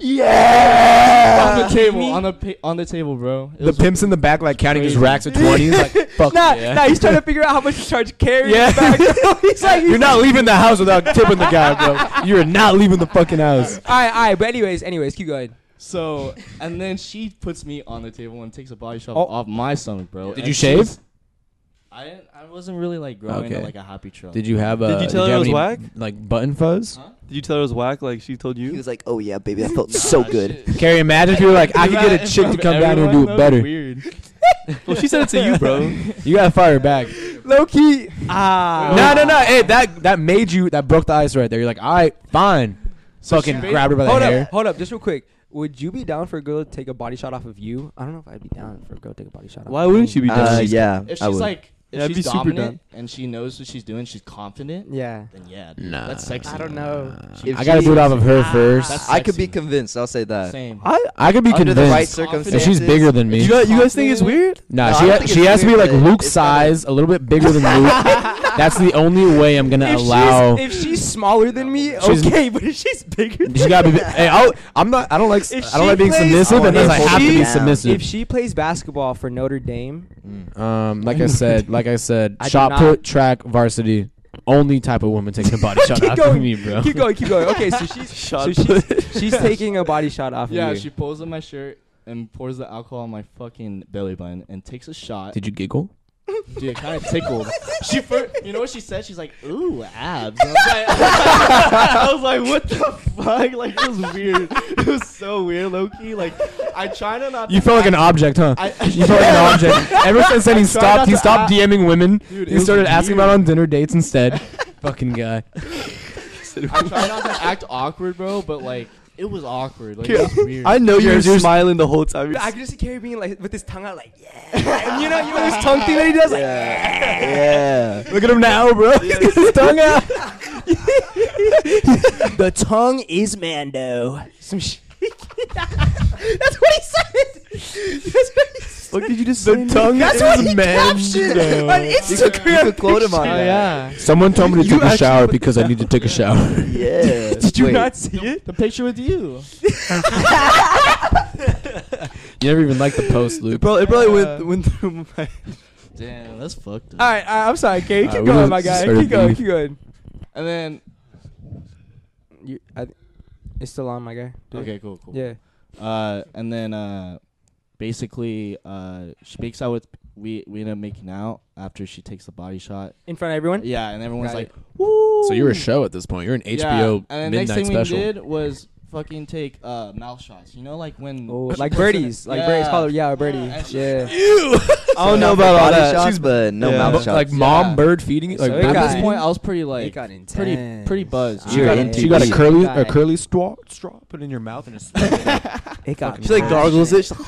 D: on the
B: yeah.
D: table, on the pa- on the table, bro. It
C: The
D: was-
C: pimps in the back, like counting his
D: crazy.
C: racks of twenties. Like, fuck
A: Nah,
C: yeah.
A: nah, he's trying to figure out how much to charge carry.
C: Yeah.
A: Back. he's like, he's
C: You're not leaving the house without tipping the guy, bro. You're not leaving the fucking house.
A: All right, all right. But anyways, anyways, keep going.
D: so, and then she puts me on the table and takes a body shot
A: Oh.
D: off my stomach, bro.
C: Did
D: And
C: you shave?
D: she's- I didn't, I wasn't really like growing
C: Okay.
D: to, like a happy trail.
C: Did you have? Uh,
E: Did you tell her
C: have
E: it was
C: any,
E: whack?
C: Like button fuzz?
D: Huh?
E: Did you tell her it was whack? Like she told
B: He
E: you?
B: was like, oh yeah, baby, that felt so good.
C: Carrie, imagine if you were like, I could get a chick to come down here and do it better.
D: Weird.
E: Well, she said it to you, bro.
C: You gotta fire back.
A: Low key. Ah.
C: No, no, no. Hey, that that made you. That broke the ice right there. You're like, all right, fine. fucking
D: she-
C: grabbed her by the
A: Hold
C: hair.
A: up, hold up, just real quick. Would you be down for a girl to take a body shot off of you? I don't know if I'd be down for a girl to take a body shot.
E: Why wouldn't you be done?
B: Uh, yeah,
D: If
B: I
D: she's
B: would.
D: like, if
E: Yeah, I'd
D: she's
E: be super
D: dominant and she knows what she's doing, she's confident.
A: Yeah.
D: Then yeah, dude,
C: Nah.
D: that's sexy.
A: I don't know.
B: If
C: I gotta
B: she-
C: do it off of her first.
D: That's
B: I could be
D: sexy.
B: convinced. I'll say that.
D: Same.
C: I, I could be
B: Under
C: convinced
B: the right
C: if
B: circumstances,
C: she's bigger than me.
E: You guys, you guys think it's weird?
C: Nah,
B: No, I
C: she
B: don't
C: ha-
B: think
C: she
B: it's
C: has to be
B: weird,
C: like
B: but
C: Luke's
B: it's kinda-
C: size, a little bit bigger than Luke. That's the only way I'm gonna
A: If
C: allow.
A: she's if she's smaller than me,
C: She's-
A: okay. But if she's bigger, than
C: you gotta be. Hey, I'll, I'm not. I don't like.
A: If
C: I don't
A: she
C: like being
A: plays-
C: submissive,
B: I
C: and unless I
B: wanna
C: have to
A: hold
C: be
A: it
B: down.
A: submissive. If
C: submissive.
A: she plays basketball for Notre Dame,
C: um, like I said, like I said,
A: I do
C: shot
A: not-
C: put, track, varsity, only type of woman taking a body shot
A: Keep
C: out
A: going.
C: of me, bro.
A: keep going, keep going. Okay, so she's so
E: Shot
A: she's, she's taking a body shot off
D: Yeah,
A: of you.
D: she pulls up my shirt and pours the alcohol on my fucking belly button and takes a shot.
C: Did you giggle?
D: Dude, it kind of tickled. she first, you know what she said? She's like, "Ooh, abs." And I was like, I was like, "What the fuck?" Like it was weird. It was so weird, Loki. Like I try to not.
C: You felt like an object, huh?
D: I-
C: you felt like an object. Ever since then, he
D: tried
C: stopped.
D: not
C: He
D: to
C: stopped
D: act-
C: DMing women.
D: Dude, it
C: he
D: was
C: started asking
D: weird.
C: about on dinner dates instead. Fucking guy.
D: I try not to act awkward, bro. But like, it was awkward. Like it was weird.
E: I know you
C: You're-
E: were
C: you're-
E: smiling the whole time.
A: I can just see Carrie being like with his tongue out, like yeah. And you know, you know his tongue thing that he does. Like,
B: Yeah.
C: Look at him now, bro. His tongue out.
A: the tongue is Mando. Some sh- That's what he said. That's what he said.
E: What did you just
C: The
E: say?
C: tongue
A: That's
C: is
A: what he captioned on
C: man.
B: You could, you
A: Instagram.
B: could quote him on
D: Oh,
B: that.
D: yeah.
C: Someone told me to
A: You
C: take a
A: actually
C: shower
A: put
C: because I need to take a shower.
B: Yeah.
A: Did you
B: Wait,
A: not see it?
D: The picture with you.
C: you never even liked the post, Luke.
E: Bro, it probably went, went through my.
D: Damn, that's fucked up.
A: All right, all right, I'm sorry, Carrie. Keep
C: All right, we
A: going,
C: just
A: my guy.
C: started
A: Keep going,
C: beef.
A: keep going.
D: And then,
A: You, I, it's still on, my guy. Do it.
D: okay, cool, cool.
A: Yeah.
D: Uh, and then uh, basically, uh, she makes out with we. We end up making out after she takes the body shot.
A: In front of everyone?
D: Yeah, and everyone's
A: Got
D: like,
A: it.
D: "Woo!"
C: So you're a show at this point. You're an
D: Yeah,
C: HBO
D: And the
C: midnight
D: next thing
C: special.
D: we did was fucking take uh, mouth shots. You know, like when
A: Oh, like birdies, like birdies. Call it, yeah, a birdie.
D: Yeah, and she-
A: Yeah.
B: I don't know about all that. Shots, but no
E: Yeah.
B: mouth
E: But,
B: shots.
C: like mom
D: Yeah.
C: bird feeding it, like
A: So it
D: at
C: back-
A: got-
D: this point, I was pretty like
A: got
D: pretty pretty
A: intense.
B: You're
D: buzzed.
C: she got, a-
B: into
C: she got a
B: it.
C: curly
A: Got
C: a
A: it.
C: curly straw straw put in your mouth and it's
A: It got
E: She like gargles it. She's like,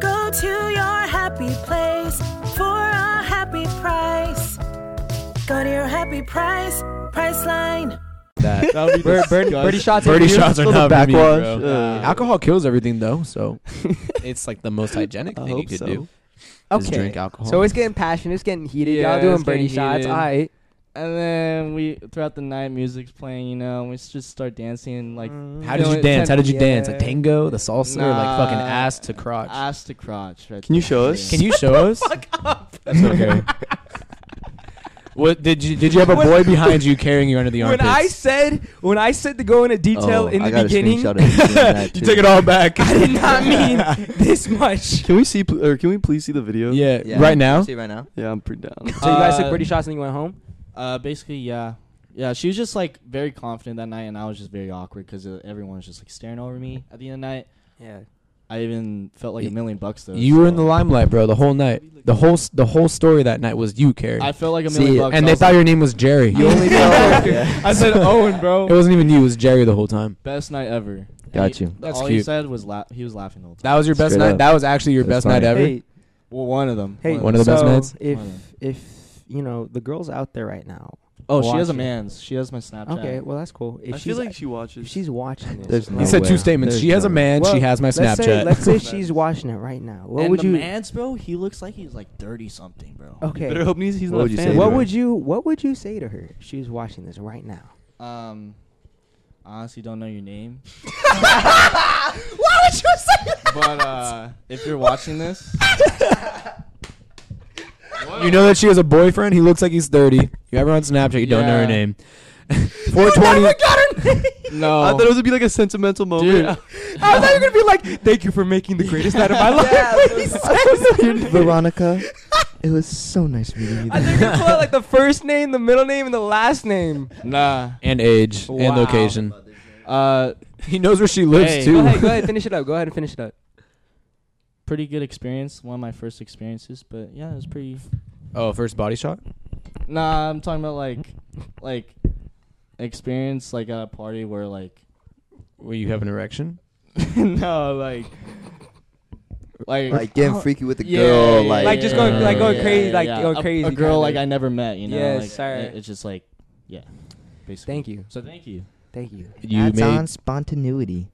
F: Go to your happy place for a happy price. Go to your happy price, price line.
C: that.
D: That'd be
A: Bird, bird,
D: disgusting.
A: birdie shots.
C: Birdie
A: for you?
C: shots are
E: Little
C: not for me,
E: backwash,
C: bro.
E: uh,
C: alcohol kills everything though, so it's like the most hygienic
E: I
C: thing you
E: hope
C: could
E: so.
C: do. Just
A: Okay.
C: drink alcohol.
A: So it's getting passionate. It's getting heated.
D: Yeah,
A: y'all doing
D: it's getting
A: birdie shots.
D: heated.
A: All right.
D: And then we throughout the night, music's playing. You know, and we s- just start dancing and, like
A: Mm.
C: How did
D: No,
C: you
D: it-
C: dance? How did you dance?
D: yeah.
C: Like tango, the salsa, or like
D: Nah.
C: fucking ass to crotch.
D: ass to crotch. Right
E: Can you
D: there.
E: show us?
C: Can you show us? That's okay. what did you did you have a boy behind you carrying you under the
A: When
C: armpits?
A: I said when I said to go into detail
B: Oh,
A: in
B: I
A: the
B: got a
A: beginning,
B: screenshot of you doing that,
C: you
B: too.
C: took it all back.
A: I did not mean this much.
E: Can we see? pl- Or can we please see the video?
C: yeah,
B: Yeah.
C: right now.
B: See right now.
E: Yeah, I'm pretty down.
A: So you guys took
D: Uh,
A: birdie shots and you went home.
D: Uh, basically, yeah, yeah. She was just like very confident that night, and I was just very awkward because everyone was just like staring over me. At the end of the night,
A: Yeah.
D: I even felt like a
C: Y-
D: million bucks though.
C: You were in the
D: so
C: limelight, bro, the whole night. The whole s- the whole story that night was you, Carrie.
D: I felt like a
B: See,
D: million bucks.
C: and
D: I
C: they
D: was
C: thought
D: like,
C: your name was Jerry.
B: You only know. yeah.
D: I said Owen,
C: It
D: bro.
C: wasn't even you. It was Jerry the whole time.
D: Best night ever. And
B: Got
D: he-
B: you.
C: That's
D: all he
C: cute.
D: said was la- he was laughing the whole time.
C: That was your best
B: Straight
C: night.
B: up.
C: That was actually your
B: That's
C: best night
B: funny.
C: ever.
A: Hey,
D: Well, one of them.
A: hey.
C: One of the best
A: so
C: nights?
A: If
D: One of
A: if you know the girls out there right now.
D: Oh, she has a
A: watching-
D: man's. She has my Snapchat.
A: Okay, well that's cool. If
E: I
A: she's
E: feel like she
A: if
E: watches.
A: she's watching this,
B: There's
C: he
B: No
C: said
B: way.
C: two statements.
B: There's
C: she has a
B: no
C: man.
A: Well,
C: she has my
A: let's
C: Snapchat.
A: Say, let's say she's watching it right now. What
D: and
A: would
D: the
A: you?
D: man's bro, he looks like he's like thirty something, bro.
A: okay.
E: Better hope he's, he's
B: What
E: not
B: would
E: a
B: you
E: fan.
B: say
A: What
B: Hey,
A: would you What would you say to her? if She was watching this right now.
D: Um, I honestly don't know your name,
A: Why would you say that?
D: but uh, if you're watching this,
C: You know that she has a boyfriend. He looks like he's thirty. You have her on Snapchat. You don't know her
D: Yeah.
C: name. Four twenty.
D: no.
E: I thought it would be like a sentimental moment.
A: I thought you were gonna be like, "Thank you for making the greatest night of my life." when he said that.
B: Veronica, it was so nice meeting you.
A: I think you put out, like the first name, the middle name, and the last name.
D: nah.
C: and age and
A: Wow.
C: location.
D: Uh,
C: He knows where she lives
D: Hey.
A: Go
C: too.
A: ahead, go ahead, finish it up. Go ahead and finish it up.
D: pretty good experience. One of my first experiences, but yeah, it was pretty.
C: oh, first body shot.
D: Nah, I'm talking about like, like, experience like at a party where like,
C: Where you have an erection.
D: no, like, like,
B: like oh, getting freaky with a
D: yeah,
B: girl,
D: yeah,
B: like
A: Like, just
D: yeah,
A: going- like,
D: yeah,
A: going
D: yeah,
A: crazy,
D: yeah,
A: like,
D: yeah.
A: going
D: A-
A: crazy
D: A girl
A: kinda.
D: like I never met, you know.
A: Yes,
D: like,
A: sorry.
D: it- it's just like, yeah, basically.
A: Thank you,
D: So thank you.
A: thank you.
C: You
B: that's
C: made
B: on spontaneity.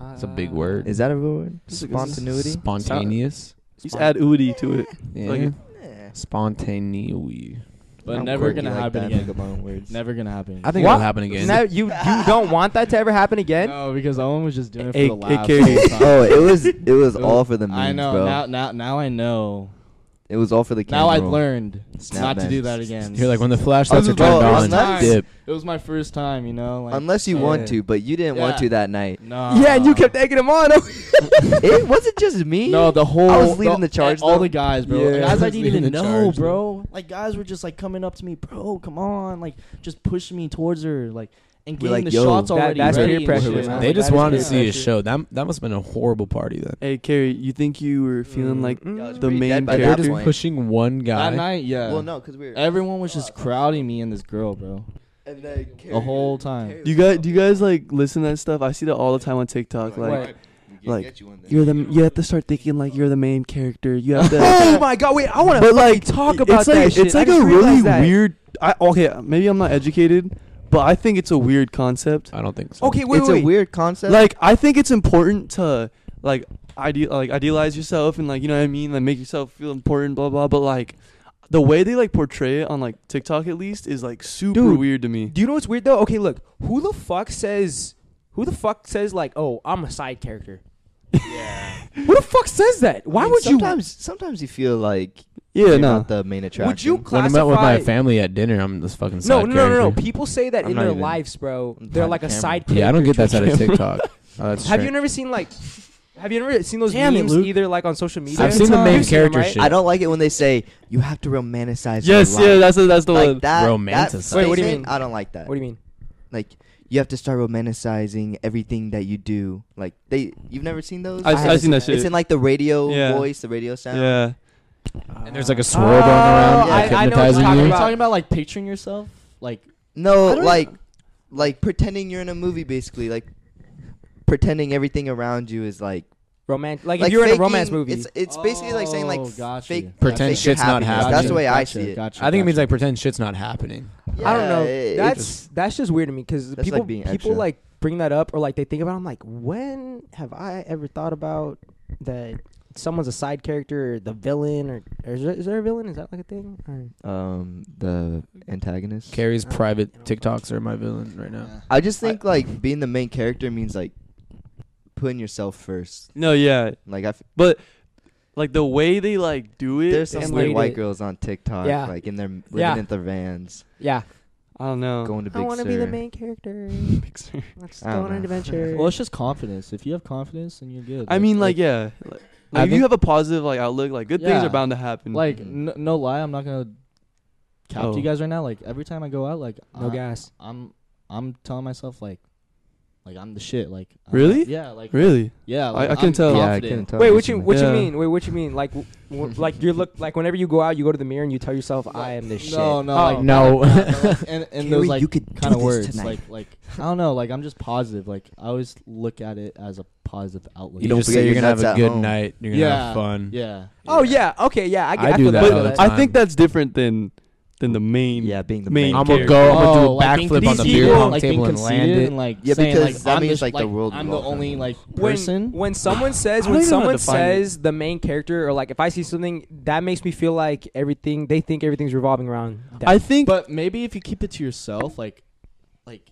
C: That's a big word.
B: Is that a word?
E: This is- this is
B: Spontaneity.
C: spontaneous.
E: Just add Udi to it.
C: Yeah.
E: Like-
C: Spontaneous.
D: But
B: I'm
D: never
B: quirky
D: gonna
B: like
D: happen
B: that, make up
D: again.
B: my own words.
D: Never gonna happen.
C: I think
A: What?
C: it'll happen again.
A: Now you you don't want that to ever happen again.
D: no, because Owen was just doing it for
E: Hey,
D: the
E: hey,
D: laughs.
E: Katie.
D: the whole time.
B: oh, it was it was all for the memes,
D: I know.
B: bro.
D: Now, now, now I know.
B: it was all for the camera.
D: Now I've learned
B: Snap
D: not to
B: back.
D: do that again.
C: You're like when the
B: I was
C: flashlights are
B: just- well,
C: turned
B: it was
C: on.
B: nice.
C: Dip.
D: It was my first time, you know. Like,
B: Unless you
D: so-
B: want to, but you didn't want
D: Yeah.
B: to that night.
D: No.
A: yeah, and you kept
C: Uh-huh.
A: egging him on.
B: it wasn't just me.
D: No, the whole.
B: I was leading the charge,
D: All
B: though.
D: the guys, bro.
C: Yeah.
D: The guys
C: I
D: I
C: was
D: didn't
C: leading
D: even
C: the
D: know,
C: charge,
D: bro. Like guys were just like coming up to me, bro. Come on, like just pushing me towards her, like and
B: We're
D: getting
B: like,
D: the
B: yo,
D: shots
A: that-
D: already.
A: that's
D: ready
A: peer
D: and
A: pressure,
D: shit.
A: man.
C: They
A: That
C: just
A: is
C: wanted to
A: peer
C: see a
A: pressure.
C: show. That that must have been a horrible party then.
E: Hey, Carrie, you think you were feeling like
A: Yeah, it's
E: the
B: pretty
E: main
B: dead by that
C: They're
E: character?
C: just
B: point.
C: pushing one
A: eh?
D: That
C: guy.
D: night, yeah.
B: Well, no, because we were.
D: Everyone was just crowding me and this girl, bro.
B: and then
D: The whole time.
E: You guys, do you guys like listen to that stuff? I see that all the time on TikTok. Like,
A: What?
E: like, you're the you have to start thinking like you're the main character. You have to.
A: oh my god! Wait, I want
E: but like
A: talk
E: it's
A: about
E: like,
A: that shit.
E: It's
A: I
E: like
A: just
E: a
A: realized
E: really
A: that.
E: weird. I, okay, maybe I'm not educated, but I think it's a weird concept.
C: I don't think so.
A: Okay, wait,
B: it's
A: wait.
B: a weird concept.
E: Like I think it's important to like ideal like idealize yourself and like you know what I mean, like make yourself feel important, blah blah. But like the way they like portray it on like TikTok at least is like super
A: Dude,
E: weird to me.
A: Do you know what's weird though? Okay, look, who the fuck says who the fuck says like, oh, I'm a side character? Who the fuck says that? Why
B: I mean,
A: would you?
B: Sometimes, sometimes you feel like
E: Yeah,
B: you're
E: no.
B: not the main attraction.
A: Would you
C: When
A: classify?
C: I'm out with my family at dinner, I'm this fucking
A: no,
C: side
A: no, no, no, no.
C: character.
A: People say that
B: I'm
A: in
B: not
A: their
B: even-
A: lives, bro.
B: I'm
A: They're
B: behind
A: like a
B: the
A: side.
C: Yeah, I don't get
A: character
C: that side of
A: to-
C: TikTok. Oh, that's
A: Have
C: straight.
A: you never seen like? Have you ever seen those
E: Damn it,
A: memes
E: Luke.
A: either like on social media?
C: I've seen the main
A: You've seen them,
C: character
A: right?
C: shit.
B: I don't like it when they say you have to romanticize. your
E: Yes,
B: life."
E: yeah, that's the, that's the one.
B: like that.
C: Romanticize.
B: Romanticize.
A: Wait, what do you mean?
B: I don't like that.
A: What do you mean?
B: Like you have to start romanticizing everything that you do. Like they, you've never seen those.
E: I've,
A: I
E: I've seen that shit.
B: It's in like the radio
E: Yeah.
B: voice, the radio sound.
E: yeah.
C: And there's like a swirl going around,
A: Oh,
C: like
A: I- I know what you're
C: Um, hypnotizing
A: talking
D: Are
C: you.
D: you
A: about-
D: talking about like picturing yourself? Like
B: No,
D: I don't
B: like, like pretending you're in a movie, basically. Like pretending everything around you is like,
A: Romantic. Like,
B: like
A: if you're in a
B: faking-
A: romance movie.
B: It's it's basically like saying like
D: Oh,
B: f-
D: gotcha.
B: fake
C: Pretend
B: fake your
C: shit's not
B: happiness.
C: happening.
B: That's the way I
D: Gotcha,
B: see it.
D: Gotcha,
C: I think it
D: gotcha.
C: means like pretend shit's not happening.
A: I don't know.
B: Yeah, it-
A: that's that's just weird to me because
B: That's
A: people
B: like being
A: people
B: extra.
A: like bring that up or like they think about. It, I'm like, when have I ever thought about that? Someone's a side character, or the villain, or, or is, there, is there a villain? Is that like a thing? Or,
B: um the antagonist.
C: Carrie's
A: don't- I
C: private
A: don't know.
C: TikToks are my villain right now.
B: I just think like being the main character means like putting yourself first.
E: No, yeah.
B: Like I, f-
E: But like the way they like do it,
B: there's some
E: and,
B: weird
E: like,
B: white girls on TikTok,
A: Yeah.
B: like in their living
A: Yeah.
B: in their vans,
A: yeah,
E: I don't know.
B: going to Big
A: I want to be the
B: Sur.
A: main character.
E: Pixar.
A: Let's go
B: I don't
A: on an
B: know.
A: adventure.
D: Well, it's just confidence. If you have confidence, then you're good.
E: I mean, like yeah, like,
C: I
E: like, if
C: think-
E: you have a positive like outlook, like good things
D: Yeah.
E: are bound to happen.
D: like n- no lie, I'm not gonna cap
E: Oh.
D: to you guys right now. Like every time I go out, like
A: no
D: I,
A: gas.
D: I'm I'm telling myself like like I'm the shit. Like I'm-
E: Really?
D: yeah. Like
E: really?
D: yeah.
E: I-
D: Like,
E: I can
D: I'm
E: tell. Yeah, I
B: Yeah, I
D: Oh. confident.
B: couldn't tell
A: Wait, what you
B: recently.
A: what you
E: Yeah.
A: mean? Wait, what you mean? Like, w- w- like you look like whenever you go out, you go to the mirror and you tell yourself, "I am this shit."
D: No, no,
A: Oh.
D: like,
C: No.
D: not like that, but, like, and and
B: Carrie,
D: those like
B: you could do
D: kind of
B: this
D: words,
B: tonight.
D: like like I don't know, like I'm just positive. Like I always look at it as a positive outlook.
C: You don't
B: just
C: say
B: get your
C: you're gonna have
B: nuts
C: a
B: at
C: good
B: home.
C: night. You're gonna
D: yeah,
C: have fun.
D: Yeah.
A: Oh yeah, okay, yeah. I,
C: I
A: I
C: do
A: feel
C: that all the
A: But
C: time.
E: I think that's different than than the main.
B: Yeah, being the
E: main
B: main.
C: I'm gonna
E: character.
C: go. I'm
D: Oh,
C: gonna
D: like
C: do
D: being
C: a backflip on the
D: conceited,
C: beer pong
D: like being
C: table and land
D: conceited
C: it.
D: and, like
B: Yeah,
D: saying,
B: because
D: like,
B: that
D: I'm
B: means,
D: the,
B: like, the world
D: I'm
B: is
D: the
B: welcome.
D: only like
A: when,
D: person.
A: when someone says
E: I don't
A: when
E: even know how to
A: someone
E: define it.
A: says the main character or like if I see something that makes me feel like everything they think everything's revolving around. That.
E: I think
D: but maybe if you keep it to yourself, like like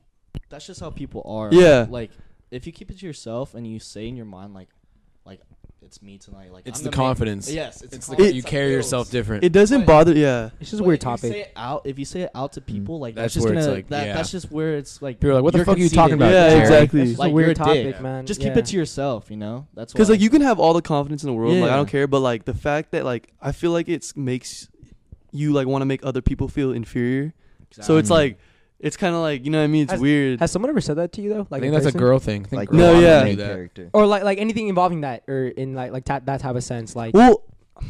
D: that's just how people are.
E: Yeah.
D: Like if you keep it to yourself and you say in your mind like like it's me tonight, like
C: It's
D: I'm
C: the
D: main-
C: confidence.
D: yes, it's,
C: It's
D: the
C: like
D: confidence
C: you
D: that
C: carry
D: builds.
C: yourself different.
E: it doesn't
D: but-
E: bother. Yeah,
A: it's just a
D: But
A: weird
D: if you
A: topic.
D: say it out if you say it out to people, like
C: Mm. That's
D: that's, just
C: where it's
D: gonna
C: like,
D: that,
C: yeah.
D: that's just where it's like
C: People are like, "What the
D: you're
C: fuck are you
D: conceited.
C: talking about,
E: Yeah, Jerry?" exactly.
A: It's just a
D: Like,
A: weird
D: you're a
A: topic,
D: dick.
A: man.
D: Just
A: Yeah.
D: keep it to yourself, you know. That's
E: because
D: why.
E: like you can have all the confidence in the world. Like I
D: Yeah.
E: don't care, but like the fact that like I feel like it's makes you like want to make other people feel inferior. So it's
C: Exactly.
E: like it's kind of like you know what I mean. It's weird.
A: Has someone ever said that to you though? Like
C: I
A: in
C: think that's a
A: person?
C: girl thing. I think
B: Like
C: girls
E: No,
C: do
E: yeah.
C: do
B: main
C: that.
B: character.
A: or like like anything involving that or in like like ta- that type of sense. Like
E: well,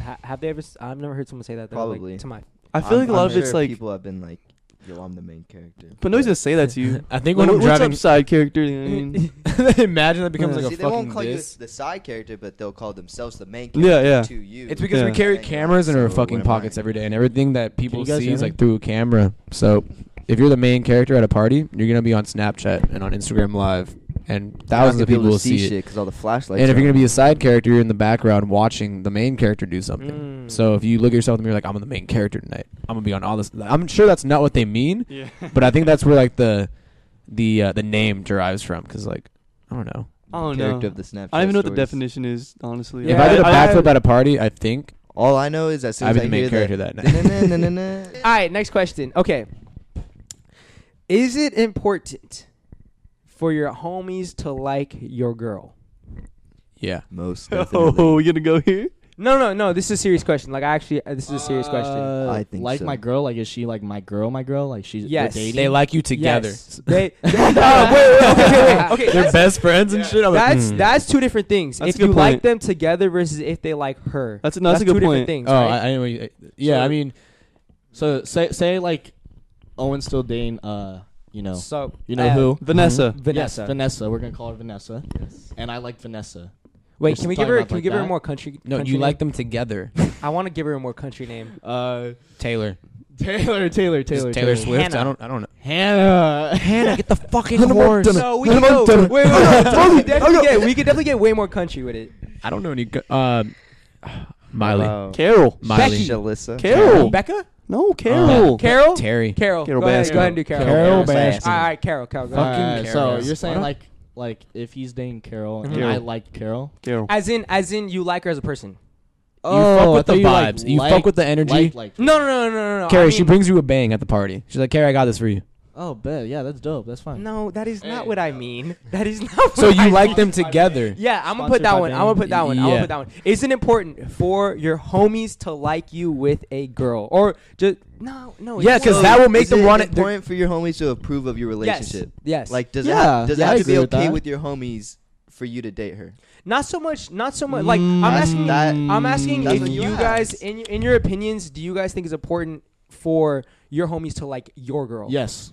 A: ha- have they ever? S- I've never heard someone say that. though, like,
B: Probably.
A: to my
E: I
B: I'm-
E: feel like a
B: I'm
E: lot of
B: sure
E: it's like,
B: people have been like, "Yo, I'm the main character."
E: but nobody's gonna say that to you.
C: I think
E: Like,
C: when I'm
E: what's up,
C: driving,
E: side character. You know what I mean?
C: imagine that becomes
E: Yeah.
C: like
B: See,
C: a
B: they won't
C: fucking
B: call
C: diss.
B: you the side character, but they'll call themselves the main
E: Yeah,
B: character
E: yeah.
B: to you.
C: It's because we
E: Yeah.
C: carry
B: Hang on,
C: cameras in our
B: so
C: fucking
B: what am I?
C: pockets every day, and everything that people
D: you guys
C: see
D: hear
C: is
D: me?
C: like through a camera. So if you're the main character at a party, you're gonna be on Snapchat and on Instagram Live, and
B: You're not
C: thousands
B: gonna
C: of
B: be
C: people
B: able to
C: will see it.
B: shit because all the flashlights.
C: And if
B: are
C: you're gonna
B: on.
C: be a side character, you're in the background watching the main character do something.
A: Mm.
C: So if you look at yourself in the mirror, like I'm the main character tonight, I'm gonna be on all this. I'm sure that's not what they mean,
E: Yeah.
C: but I think that's where like the the uh, the name derives from, because like I don't know.
E: I don't know.
B: character of the Snapchat.
E: I don't even know what the
B: stories.
E: definition is, honestly.
C: if I did a
A: I-
C: backflip at a party, I think
B: All I know is as soon as
C: I'd be
B: I
C: the main
B: hear
C: character
B: that.
C: that night.
B: na-na-na-na-na.
A: All right, next question. Okay. Is it important for your homies to like your girl?
C: yeah.
B: Most
E: Oh,
B: definitely.
E: we gonna go here?
A: No, no, no. This is a serious question. Like, I actually, uh, this is a serious question.
D: Uh,
B: I think
D: like
B: so.
D: my girl, like is she like my girl, my girl? Like she's we're
A: Yes.
D: dating?
C: They like you together.
A: Yes. They. they- uh, wait, wait, okay, okay, wait. Okay,
C: They're
A: that's-
C: best friends and shit. I'm like,
A: That's
C: mm.
A: that's two different things.
E: That's a
A: if
E: good
A: you like
E: point.
A: them together versus if they like her.
E: That's a- no, that's a
A: two
E: good
A: different
E: point.
A: things.
C: Oh,
A: right?
C: I, I know. what you- Yeah,
A: So-
C: I mean,
D: so say say like Owen's still dating uh you know
A: so
D: you know
A: uh,
D: who?
E: Vanessa.
C: Mm-hmm.
A: Vanessa.
D: Yes, Vanessa. We're gonna call her Vanessa. And I like Vanessa.
A: Wait,
D: We're
A: can we
D: talking
A: give her? Can
D: about
A: we
D: like
A: give her a
D: that?
A: more country?
C: no,
A: country
C: you
A: name?
C: like them together.
A: I want to give her a more country name.
D: Uh
C: Taylor,
D: Taylor, Taylor,
C: Just
D: Taylor,
C: Taylor Swift.
A: Hannah.
C: I don't, I don't know.
D: Hannah. Hannah,
C: Get the fucking horse.
A: No, we can go. Wait, wait, wait, no, we, could definitely get, we could definitely get way more country with it.
C: I don't know any. go- Um, Miley,
B: Wow.
E: Carol.
C: Oh. Miley,
A: Becky.
B: Shalissa.
E: Carol.
A: Becca?
C: Uh-huh.
E: No, Carol.
A: Carol?
C: Terry.
A: Carol.
E: Carol
A: go, ahead,
E: Baskin.
A: go ahead and do Carol.
C: Carol
A: All
C: Baskin.
A: right, Carol. Carol, go
D: All
A: ahead.
D: right,
C: Fucking
D: so
C: Karen.
D: you're saying
C: What?
D: like like if he's dating Carol and
E: Carol.
D: I liked Carol.
E: Carol.
A: As in, as in, you like her as a person.
C: fuck
A: Oh,
C: with the vibes. Oh, You fuck with the energy.
D: Like, like,
A: No, no, no, no, no. no.
C: Carrie,
A: I
C: she
A: mean-
C: brings you a bang at the party. She's like, Carrie, I got this for you.
D: oh, bet. Yeah, that's dope. That's fine.
A: No, that is not what I mean. That is not. What
C: So
A: I
C: you like
A: mean.
C: them together.
A: Yeah, I'm gonna
D: Sponsored
A: put that
D: by
A: one. I'm
D: Bain?
A: gonna put that one. I'm gonna
C: Yeah.
A: put that one. Is it important for your homies to like you with a girl or just no, no?
C: Yeah,
A: it's
C: 'cause
A: not.
C: that will make
B: is
C: them
B: it
C: want it-
B: important for your homies to approve of your
A: Yes,
B: relationship.
A: yes.
B: Like, does it
D: Yeah,
B: have, does
D: yeah,
B: it
D: I
B: have to be
D: agree with
B: okay
D: that.
B: with your homies for you to date her?
A: Not so much. Not so much. Like I'm
C: Mm,
A: asking.
B: that-
A: I'm asking
B: that's
A: if
B: what
A: you
B: you
A: guys,
B: asked.
A: in your- in your opinions, do you guys think it's important for your homies to like your girl?
D: Yes.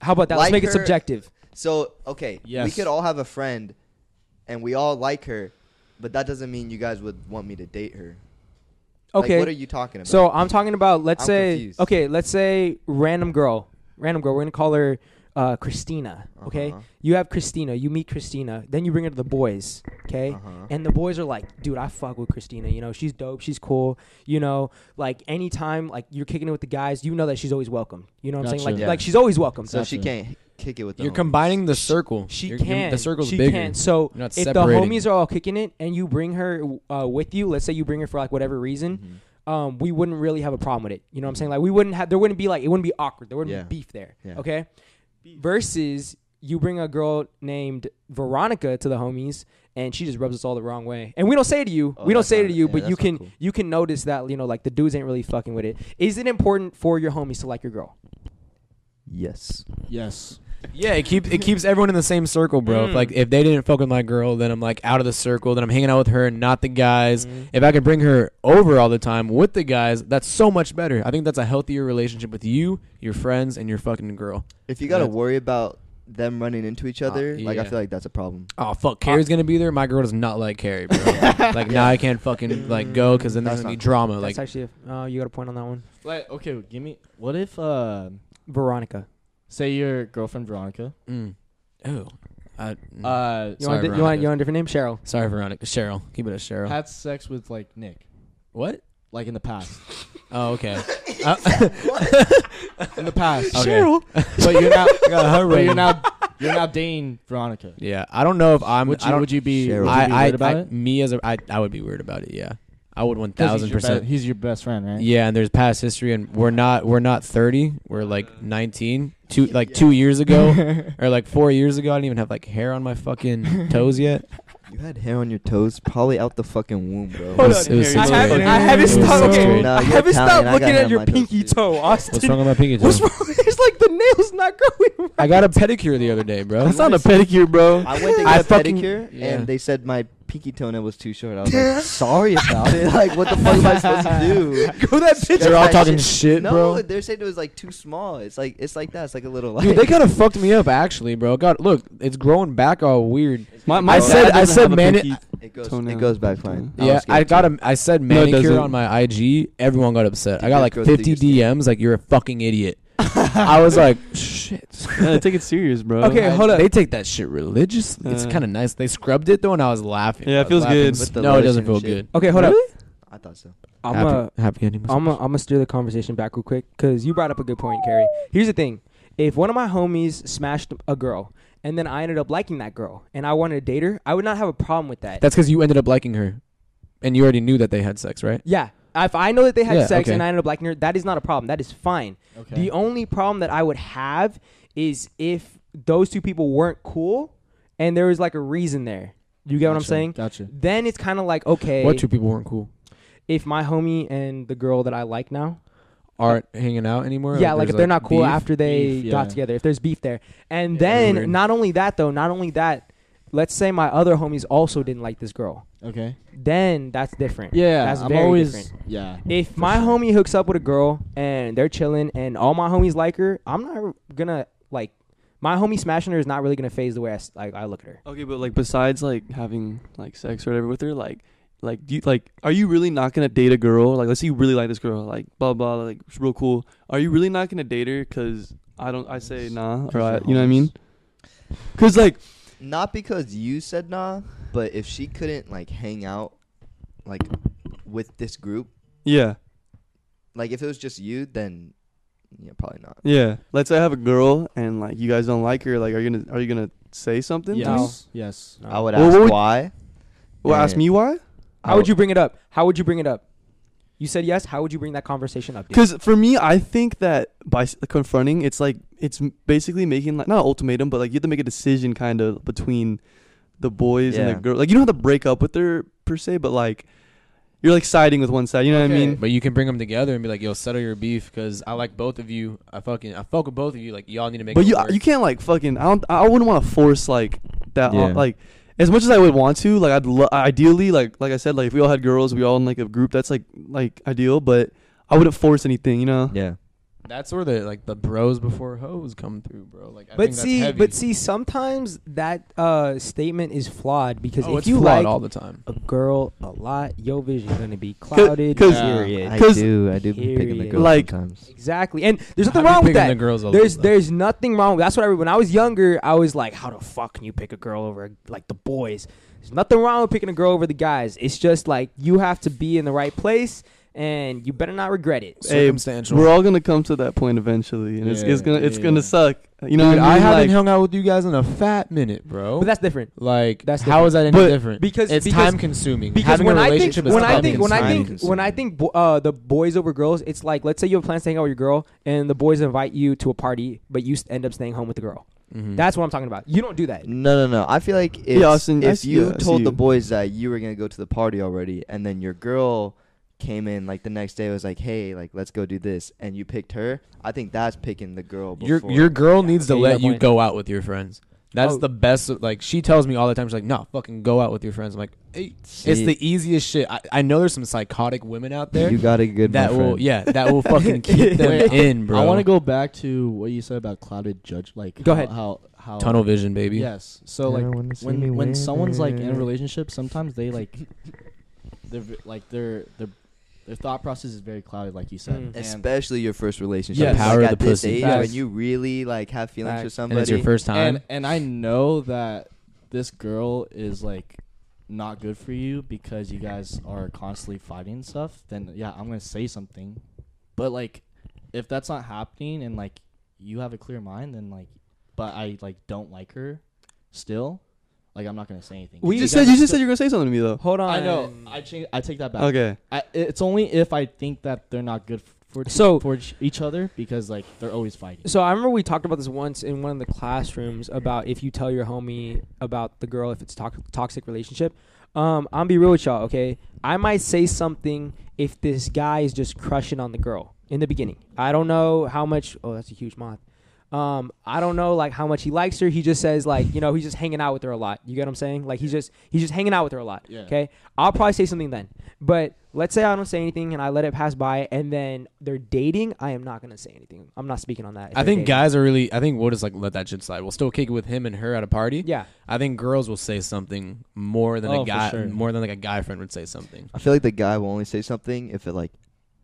A: How about that? Let's
B: Like
A: make it
B: her-
A: subjective.
B: So okay, we
D: Yes.
B: could all have a friend, and we all like her, but that doesn't mean you guys would want me to date her. Like,
A: Okay.
B: what are you talking about?
A: So I'm talking about let's
B: I'm
A: say
B: confused.
A: okay, let's say random girl, random girl. We're gonna call her uh, Christina. Okay,
B: Uh-huh.
A: you have Christina. You meet Christina. Then you bring her to the boys. Okay,
B: Uh-huh.
A: and the boys are like, dude, I fuck with Christina. You know, she's dope. She's cool. You know, like anytime like you're kicking it with the guys, you know that she's always welcome. You know what I'm saying?
D: Gotcha.
A: Like,
B: Yeah.
A: like she's always welcome.
B: so she
D: Gotcha.
B: can't kick it with the
C: You're
B: homies.
C: combining the circle.
A: She
C: You're- you're-
A: can.
C: The circle's
A: she
C: bigger.
A: Can. So
C: You're not
A: if the
C: separating.
A: homies are all kicking it and you bring her uh, with you, let's say you bring her for like whatever reason, um, we wouldn't really have a problem with it. You know what I'm saying? Like we wouldn't have. There wouldn't be like it wouldn't be awkward. There wouldn't
B: Yeah.
A: be beef there.
B: Yeah.
A: Okay. Versus you bring a girl named Veronica to the homies and she just rubs us all the wrong way. And we don't say it to you.
B: Oh,
A: we don't
B: that's
A: say it
B: not-
A: to you,
B: yeah,
A: but you
B: that's not
A: can
B: cool.
A: you can notice that you know like the dudes ain't really fucking with it. Is it important for your homies to like your girl?
B: yes.
D: Yes.
C: Yeah, it keeps it keeps everyone in the same circle, bro. If, like if they didn't fuck with my girl, then I'm like out of the circle. Then I'm hanging out with her, and not the guys.
A: Mm-hmm.
C: If I can bring her over all the time with the guys, that's so much better. I think that's a healthier relationship with you, your friends, and your fucking girl.
B: If you gotta
C: That's- Uh,
B: worry about them running into each other, like I
C: yeah.
B: feel like that's a problem.
C: Oh fuck, Carrie's gonna be there. My girl does not like Carrie, bro. like now I can't fucking like go because then there's
B: That's
C: gonna be
B: not-
C: drama.
A: That's
C: Like
A: actually a, uh, you got a point on that one,
D: Like okay, give me. What if uh,
A: Veronica.
D: say your girlfriend Veronica.
C: mm, oh, I,
D: Uh,
A: You want,
C: Sorry,
A: di- you, want,
C: Veronica.
A: you want a different name? Cheryl.
C: sorry, Veronica, Cheryl, keep it as Cheryl.
D: had sex with like Nick,
C: what?
D: like in the past.
C: Oh okay.
D: in the past.
C: Cheryl.
D: But you're not.
C: her
D: but you're
C: ring.
D: now. You're now dating Veronica.
C: Yeah, I don't know if I'm.
D: Would
C: I
D: you-
C: don't,
D: would you be-
B: Cheryl. would you
C: I,
D: be
C: I,
D: worried about
C: I-
D: it?
C: Me as a, I, I would be worried about it. Yeah, I would one
D: 'Cause
C: thousand
D: he's your be-
C: percent.
D: He's your best friend, right?
C: Yeah, and there's past history, and we're not we're not thirty. We're like nineteen. Two like two years ago, or like four years ago. I didn't even have like hair on my fucking toes yet.
B: You had hair on your toes, probably out the fucking womb, bro.
C: Hold on, It was
A: I
C: sixth
A: haven't,
C: grade.
A: I haven't
C: It was
A: stopped.
C: sixth
A: Okay,
C: grade.
A: I
B: No, you're
A: haven't stopped
B: Italian. I
A: looking
B: gotta
A: at
B: have
A: your
B: my toes
A: pinky
B: too.
A: toe, Austin.
C: What's wrong with my pinky toe?
A: What's wrong? It's like the nail's not growing.
C: I got a pedicure the other day, bro.
E: That's not a pedicure, bro.
B: I went to
C: I
B: get a
C: fucking-
B: pedicure
C: yeah.
B: and they said my pinky toenail was too short. I was like, sorry about it. Like, what the fuck am I supposed to do?
A: Go that picture.
C: They're all
B: That
C: talking shit,
B: no,
C: bro.
B: they're saying it was like too small. It's like it's like that. It's like a little like.
C: Dude, they kind of fucked me up, actually, bro. God, look, it's growing back all weird.
E: My,
C: I
E: my
C: said-
E: dad
C: I
E: doesn't
C: said
E: have a
C: man-
E: pinky-
B: it goes
E: Toenail.
B: it goes back fine.
E: Toenail.
B: was
C: yeah, I
B: scared
C: got
B: too.
C: a. I said
E: No, it
C: manicure
E: doesn't.
C: on my IG. Everyone got upset. I got
B: just
C: like
B: go through
C: 50
B: your skin.
C: DMs. Like you're a fucking idiot. I was like, shit.
E: Yeah, they take it serious, bro.
A: Okay,
C: I-
A: hold up.
C: They take that shit religiously. it's
E: Uh.
C: kind of nice. They scrubbed it though, and I was laughing.
E: Yeah,
C: I
E: it
C: was
E: feels
C: laughing.
E: good.
B: With the
C: no, it doesn't
B: lotion
C: feel
B: and shit.
C: good.
A: Okay, hold up.
B: I thought so.
A: I'm
C: happy,
A: a,
C: happy ending.
A: I'm a, I'm gonna steer the conversation back real quick because you brought up a good point, Carrie. Here's the thing: if one of my homies smashed a girl and then I ended up liking that girl and I wanted to date her, I would not have a problem with that.
C: That's because you ended up liking her, and you already knew that they had sex, right?
A: Yeah. If I know that they had
C: Yeah,
A: sex
C: okay.
A: and I ended up liking her, that is not a problem. That is fine.
D: Okay.
A: The only problem that I would have is if those two people weren't cool and there was like a reason there. You get what I'm
D: Gotcha,
A: saying?
D: gotcha.
A: Then it's kind of like, okay,
C: What two people weren't cool?
A: if my homie and the girl that I like now,
C: Aren't hanging out anymore?
A: Uh, yeah, like if
C: there's,
A: they're not cool
C: beef?
A: after they
D: Beef,
A: got
D: yeah.
A: together, if there's beef there. And then
C: Weird.
A: not only that, though, not only that, let's say my other homies also didn't like this girl.
D: Okay.
A: Then that's different.
D: Yeah.
A: That's
D: I'm
A: very
D: always.
A: different.
D: Yeah.
A: If my homie hooks up with a girl and they're chilling and all my homies like her, I'm not gonna like my homie smashing her is not really gonna phase the way I s- like I look at her.
E: Okay, but like besides like having like sex or whatever with her, like like do you, like are you really not gonna date a girl? Like let's say you really like this girl, like blah blah, like she's real cool. Are you really not gonna date her? Cause I don't, I say nah, or I, you know what I mean? Cause like
B: Not because you said nah, but if she couldn't like hang out, like with this group,
E: yeah
B: like if it was just you, then yeah, probably not.
E: yeah. Let's say I have a girl and like you guys don't like her. Like are you gonna are you gonna say something? to me?
D: Yes. Yes.
B: I would
E: Well,
B: ask
E: what would-
B: why.
E: Well, ask
B: and
E: me why?
B: I
C: Oh.
A: How would you bring it up? How would you bring it up? You said yes. How would you bring that conversation up? dude?
E: Because for me, I think that by s- confronting, it's like it's m- basically making like not an ultimatum, but like you have to make a decision kind of between the boys and the
B: Yeah.
E: girl. Like you don't have to break up with her per se, but like you're like siding with one side. You know what I mean?
C: But you can bring them together and be like, "Yo, settle your beef," because I like both of you. I fucking I fuck with both of you. Like y'all need to make.
E: But
C: it
E: you
A: uh,
C: work.
E: you can't like fucking. I don't. I wouldn't want to force like that. on-
B: Yeah.
E: like as much as I would want to. Like I'd lo- ideally like like I said like if we all had girls, we all in like a group. That's like like ideal, but. I wouldn't force anything, you know.
B: Yeah.
C: That's where the like the bros before hoes come through, bro. Like,
A: but
C: I think that's
A: see,
C: heavy.
A: but see, sometimes that uh, statement is flawed because
C: oh,
A: if
C: it's
A: you
C: flawed
A: like
C: all the time.
A: a girl a lot, your vision gonna be clouded.
E: 'cause-
D: Uh,
A: period.
B: I
E: 'Cause-
B: do. I do be picking the
A: Period.
B: girls
E: Like-
B: sometimes.
A: Exactly, and there's nothing
C: I be
A: wrong with
C: picking
A: that.
C: the girls a
A: there's
C: lot, though.
A: there's nothing wrong. That's what I when I was younger, I was like, how the fuck can you pick a girl over like the boys? There's nothing wrong with picking a girl over the guys. It's just like you have to be in the right place, and you better not regret it.
E: Hey,
C: Circumstantial.
E: We're all gonna come to that point eventually, and it's, it's
D: Yeah,
E: gonna it's
D: yeah.
E: gonna suck. You know,
C: Dude,
E: what I,
C: I,
E: mean?
C: haven't
E: Like,
C: hung out with you guys in a fat minute, bro.
A: But that's different.
C: like
A: that's
C: how is that any
A: But-
C: different?
A: because-
C: it's
A: because-
C: time consuming.
A: Because
C: Having
A: when
C: a
A: I think
C: relationship is
A: when I
C: time
A: think when I
C: consuming.
A: think when I think bo- uh, the boys over girls, it's like let's say you have plans to hang out with your girl, and the boys invite you to a party, but you s- end up staying home with the girl.
C: Mm-hmm.
A: That's what I'm talking about. You don't do that.
B: No, no, no. I feel like if,
E: Austin, I
B: if
E: see
B: you
E: you, I see
B: told the
E: you.
B: boys that you were gonna go to the party already, and then your girl came in like the next day was like, "Hey, like let's go do this," and you picked her, I think that's picking the girl.
C: your
B: Before.
C: your girl needs to
A: okay, you got
C: let
A: a
C: you
A: point.
C: go out with your friends. That's
A: Oh.
C: the best. Like she tells me all the time, she's like, "No, fucking go out with your friends." I'm like, hey, "It's
B: See.
C: the easiest shit." I, I know there's some psychotic women out there
B: you got a good
C: that
B: my
C: will,
B: friend.
C: yeah, that will fucking keep them
D: Wait,
C: in, bro.
D: I want to go back to what you said about clouded judge. Like,
A: Go
D: how,
A: ahead.
D: How how
C: tunnel vision, baby.
D: Yes. So like
B: Everyone see me
D: when when someone's like in a
B: winning.
D: relationship, sometimes they like they're v- like their their their thought process is very clouded, like you said.
A: Mm.
D: And-
B: Especially your first relationship.
D: Yes.
B: Like,
C: Power of
B: at
C: the
B: this
C: pussy.
B: age
D: Facts.
B: when you really like have feelings for
A: Facts.
B: somebody.
C: and it's your first time.
D: and and I know that this girl is like not good for you because you guys are constantly fighting and stuff. Then yeah, I'm gonna say something. But like, if that's not happening and like you have a clear mind, then like, but I like don't like her still. Like I'm not gonna say anything.
E: you just said you just said you're gonna say something to me though.
A: Hold on.
D: I know. I change. I take that back.
E: Okay,
D: I, it's only if I think that they're not good f- for
A: So-
D: for each- each other because like they're always fighting.
A: So I remember we talked about this once in one of the classrooms about if you tell your homie about the girl if it's a tox- toxic relationship. Um, I'm be real with y'all, okay? I might say something if this guy is just crushing on the girl in the beginning. I don't know how much. Oh, that's a huge moth. Um, I don't know like how much he likes her. He just says like you know he's just hanging out with her a lot. You get what I'm saying? Like he's just he's just hanging out with her a lot.
D: Yeah.
A: Okay, I'll probably say something then. But let's say I don't say anything and I let it pass by, and then they're dating. I am not gonna say anything. I'm not speaking on that. if
C: I
A: they're
C: think
A: dating.
C: guys are really. I think we'll just like let that shit slide. We'll still kick it with him and her at a party.
A: Yeah.
C: I think girls will say something more than
D: Oh,
C: a
D: for
C: guy,
D: sure.
C: more than like a guy friend would say something.
B: I feel like the guy will only say something if it like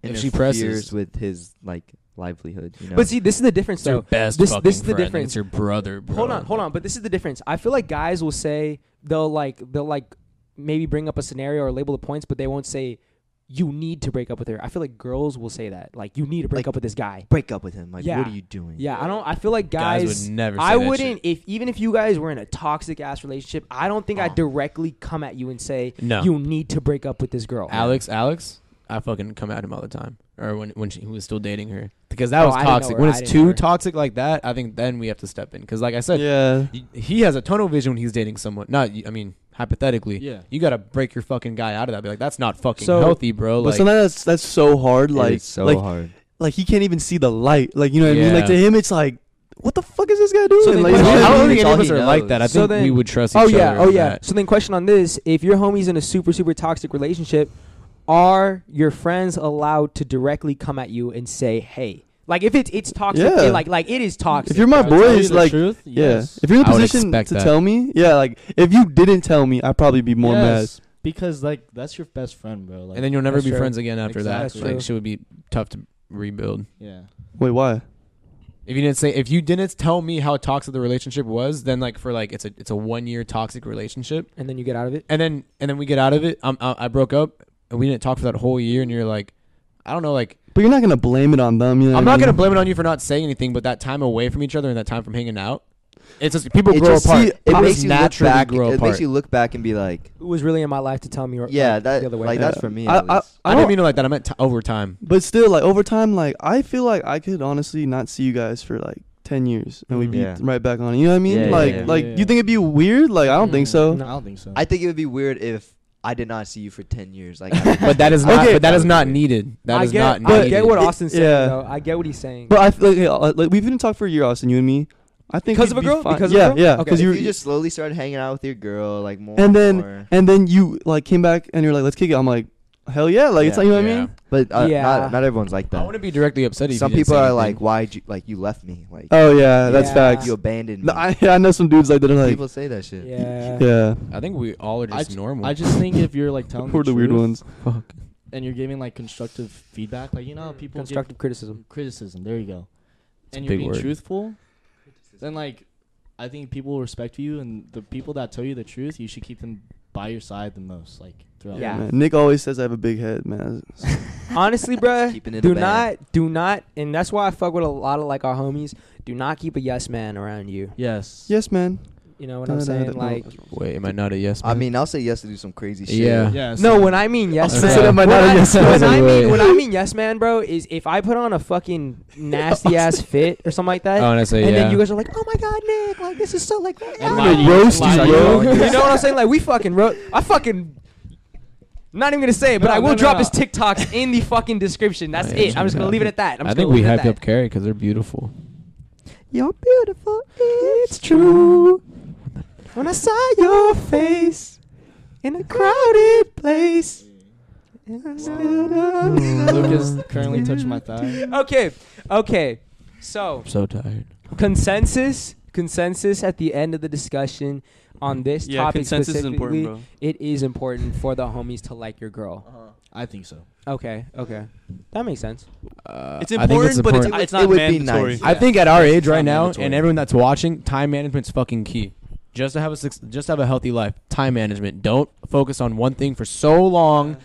C: If she
B: interferes
C: presses.
B: with his like livelihood. You know?
A: But see, this is the difference,
C: It's your
A: though.
C: best
A: this,
C: fucking
A: this is the
C: friend.
A: difference.
C: It's your brother, bro.
A: hold on, hold on. But this is the difference. I feel like guys will say they'll like they'll like maybe bring up a scenario or label the points, but they won't say you need to break up with her. I feel like girls will say that, like you need to break
B: Like-
A: up with this guy.
B: break up with him. Like,
A: Yeah.
B: what are you doing?
A: Yeah, I don't. I feel like guys,
C: Guys would never say
A: I
C: that shit.
A: wouldn't. If even if you guys were in a toxic ass relationship, I don't think I'd directly come at you and say
C: Oh. No.
A: you need to break up with this girl.
C: Alex, Alex, I fucking come at him all the time. Or when when she, he was still dating her, because that
A: Oh,
C: was
A: I didn't know
C: toxic.
A: her.
C: When
A: I
C: it's
A: didn't know
C: too
A: her.
C: toxic like that, I think then we have to step in. Because like I said,
E: yeah.
C: y- he has a tunnel vision when he's dating someone. Not, y- I mean, hypothetically,
D: Yeah.
C: you gotta break your fucking guy out of that. Be like, that's not fucking
A: So-
C: healthy, bro.
E: but
C: Like,
E: sometimes that's that's so hard.
B: It
E: Like
B: is so
E: like
B: hard.
E: like he can't even see the light. Like you know what I mean? Like
C: Yeah.
E: to him, it's like, what the fuck is this guy doing?
A: then
E: like,
A: question-
E: you know
C: I
E: what I
C: don't
E: mean?
C: think
B: It's
C: any
B: all
C: of us
B: he
C: are
B: knows.
C: like that. I
A: So
C: think
A: then-
C: we would trust each
A: oh
C: other.
A: yeah, oh
C: with
A: yeah.
C: that.
A: So then, question on this: If your homie's in a super, super toxic relationship, are your friends allowed to directly come at you and say, "Hey"? Like, if it's it's toxic,
E: Yeah.
A: it- like like it is toxic.
E: If you're my
D: If I tell
E: boy,
D: you
E: it's
D: the
E: like
D: truth,
E: yeah.
D: yes.
E: If you're in a
C: I would
E: position
C: expect
E: to
C: that.
E: tell me, yeah. Like if you didn't tell me, I'd probably be more
D: Yes, because like that's your best friend, bro. Like,
C: and then you'll never
A: That's
C: be
A: true.
C: friends again after
D: Exactly.
C: that.
A: That's true.
C: Like, she would be tough to rebuild.
D: yeah.
E: mad. Wait, why?
C: If you didn't say, if you didn't tell me how toxic the relationship was, then like for like it's a it's a one year toxic relationship,
A: and then you get out of it.
C: and then and then we get out of it. I'm, I I broke up, and we didn't talk for that whole year, and you're like, I don't know, like
E: But you're not gonna blame it on them. You know
C: I'm
E: what I
C: not
E: mean?
C: gonna blame it on you for not saying anything, but that time away from each other and that time from hanging out, It's just people grow
B: just
C: apart.
B: see- it
C: People
B: makes
C: just
B: you look
C: naturally
B: back.
C: grow
B: It
C: apart.
B: makes you look back and be like,
A: Who was really in my life to tell me? Or,
B: yeah,
A: like,
B: that
A: the other way.
B: like
E: Yeah.
B: that's for me.
E: I-
B: at
E: I-
B: least.
C: I didn't mean it like that. I meant t- over time.
E: But still, like over time, like I feel like I could honestly not see you guys for like ten years, and we'd be
B: Mm, Yeah.
E: right back on. it. You know what I mean?
B: Yeah, yeah,
E: like,
B: yeah.
E: like
D: Yeah, yeah.
E: you think it'd be weird? Like I don't think
A: Mm,
E: so.
D: I don't think so.
B: I think it would be weird if I did not see you for ten years. Like, I-
C: But that is not.
E: Okay.
C: But that is not needed. That
A: I
C: is
A: get,
C: not
A: I
C: needed.
A: get what
E: It-
A: Austin's saying.
E: yeah.
A: Though. I get what he's saying.
E: But I feel like, hey, uh, like we've been talking for a year, Austin, you and me. I think
A: Because of
E: we'd
A: a
E: be
A: girl?
E: fine.
A: Because of a
E: yeah,
A: girl?
E: yeah.
A: Okay.
E: Because
B: if
E: you,
B: you just slowly started hanging out with your girl, like more
E: and then
B: more.
E: and then you like came back and you're like, let's kick it. I'm like, hell yeah! Like it's
B: Yeah,
E: like you know what I
C: yeah.
E: mean?
B: but uh,
A: Yeah.
B: not not everyone's like
C: I want to
B: that.
C: be directly upset. If
B: Some
C: you didn't
B: people
C: say
B: are
C: anything.
B: like, why'd you like you left me? Like,
E: Oh yeah, that's
A: Yeah.
E: facts.
B: you abandoned me.
E: No, I, I know some dudes like that are like,
B: People say that shit.
A: yeah.
E: yeah,
C: I think we all are
D: I
C: just
D: ju-
C: normal.
D: I just think if you're like telling
E: we're the weird
D: truth
E: ones.
D: and you're giving like constructive feedback, like you know how people give
A: Constructive criticism.
D: criticism. There you go.
C: a
D: and you're
C: big
D: being
C: word.
D: truthful, then like I think people will respect you, and the people that tell you the truth, you should keep them by your side the most, like throughout.
A: Yeah.
D: life.
E: Man, Nick always says I have a big head, man.
A: Honestly, bruh,
B: Keeping it
A: do
B: a band.
A: not, do not, and that's why I fuck with a lot of like our homies. Do not keep a yes man around you.
D: Yes.
E: yes, man.
A: You know what I'm saying? Like,
C: wait, am I not a yes?
B: I
C: man?
B: mean, I'll say yes to do some crazy shit.
C: Yeah.
D: Yes.
A: no, when I mean yes
C: Austin
A: man,
C: said, "Am I
A: when
C: not a
A: I-
C: yes man?"
A: when I mean
C: Wait.
A: when I mean yes man, bro, is if I put on a fucking nasty ass fit or something like that,
C: Oh, and I say,
A: and then
C: yeah.
A: you guys are like, oh my god, Nick, like this is so like,
D: And
A: ah."
D: lie to
E: roast you,
D: lie to
E: bro.
A: you know what I'm saying? Like we fucking wrote, I fucking. Not even gonna say it, but
D: No,
A: I will
D: no, no,
A: drop
D: no.
A: his TikToks in the fucking description. That's
C: I
A: it. I'm just
C: actually-
A: gonna leave it at that. I'm
C: I
A: just
C: think
A: gonna
C: we
A: leave it at
C: hyped up
A: that.
C: Carrie because they're beautiful.
A: You're beautiful, it's true. When I saw your face in a crowded place.
B: Mm.
D: Lucas currently touching my thigh.
A: okay, okay. So,
C: I'm so tired.
A: consensus, consensus at the end of the discussion on this
E: Yeah,
A: topic
E: consensus is important,
A: specifically,
E: bro.
A: It is important for the homies to like your girl.
E: Uh-huh.
D: I think so.
A: Okay, okay. That makes sense.
C: Uh,
E: It's
C: I think
E: important, but it's,
B: important.
E: it's not
B: It would be
E: mandatory.
B: nice.
C: I think at our age right
D: not
C: now,
D: mandatory.
C: and everyone that's watching, time management's fucking key. Just to have a suc- just to have a healthy life, time management. Don't focus on one thing for so long,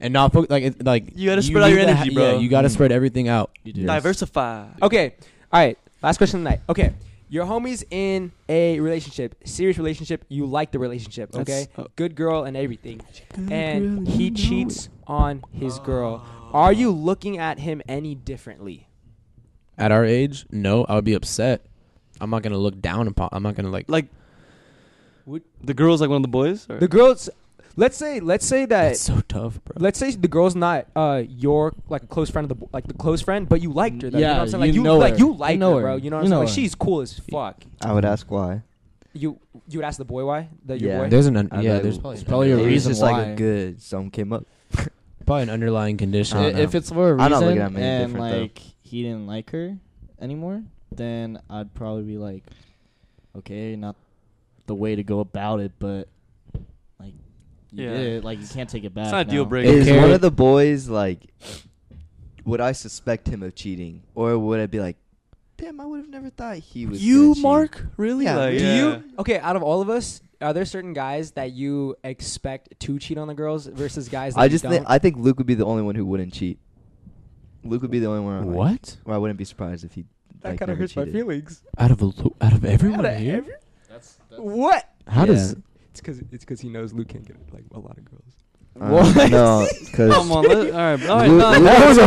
C: and not focus like it, like
E: You gotta spread out
C: need
E: your
C: to
E: energy, bro.
C: Yeah, you gotta spread everything out.
D: You do.
E: Diversify.
A: Okay, all right. Last question tonight. Okay, your homie's in a relationship, serious relationship. You like the relationship, okay?
E: That's- oh.
A: Good girl and everything.
E: Good
A: and
E: girl,
A: he
E: you know
A: cheats on his girl. Are you looking at him any differently?
C: At our age, no, I would be upset. I'm not gonna look down upon. I'm not gonna like.
E: Like
A: Would-
E: the girl's like one of the boys. Or?
A: The girl's, let's say, let's say that.
C: That's so tough, bro.
A: Let's say the girl's not uh your like a close friend of the bo- like the close friend, but you liked her. Though, you know
D: Yeah,
A: what I'm saying? Like
D: you know
A: like
D: her.
A: you
D: You
A: like
D: know
A: her, bro.
D: her.
A: You know what
D: You
A: I'm
D: know
A: saying? Like
D: her.
A: she's cool as fuck.
B: I would ask why.
A: You you would ask the boy why? The
B: Yeah.
A: your boy?
C: there's an un-
B: I
C: yeah.
B: bet
C: There's
B: it
C: probably,
D: was probably a
B: Maybe it's
D: reason
B: just like
D: why.
B: a good. Some came up.
C: probably an underlying condition.
B: I don't
D: I- If
B: know.
D: it's for a
B: I'm not
D: reason
B: looking at him any
D: and
B: different, though.
D: like he didn't like her anymore, then I'd probably be like, okay, not the way to go about it, but like, you
E: Yeah.
D: did it, like you can't take it back.
E: it's not a
D: now.
E: deal breaker.
B: Is
C: Okay.
B: one of the boys like? Would I suspect him of cheating, or would I be like, damn, I would have never thought he was. gonna
E: you,
B: cheat."
E: Mark? Really?
B: Yeah,
E: Like,
B: do
A: Do you okay? Out of all of us, are there certain guys that you expect to cheat on the girls versus guys? That
B: I
A: you
B: just think
A: don't?
B: I think Luke would be the only one who wouldn't cheat. Luke would be the only one. where I'm like-
C: what?
B: Where I wouldn't be surprised if he. like, never cheated.
A: feelings.
C: Out of a lo- out of everyone here,
A: what?
C: how
B: Yeah.
C: does
A: It's because it's because he knows Luke can't get like a lot of girls.
B: Uh,
C: What?
B: No, because
E: Come on, let, all right, all right,
B: Lu-
E: no,
B: Lu-
E: no,
C: was a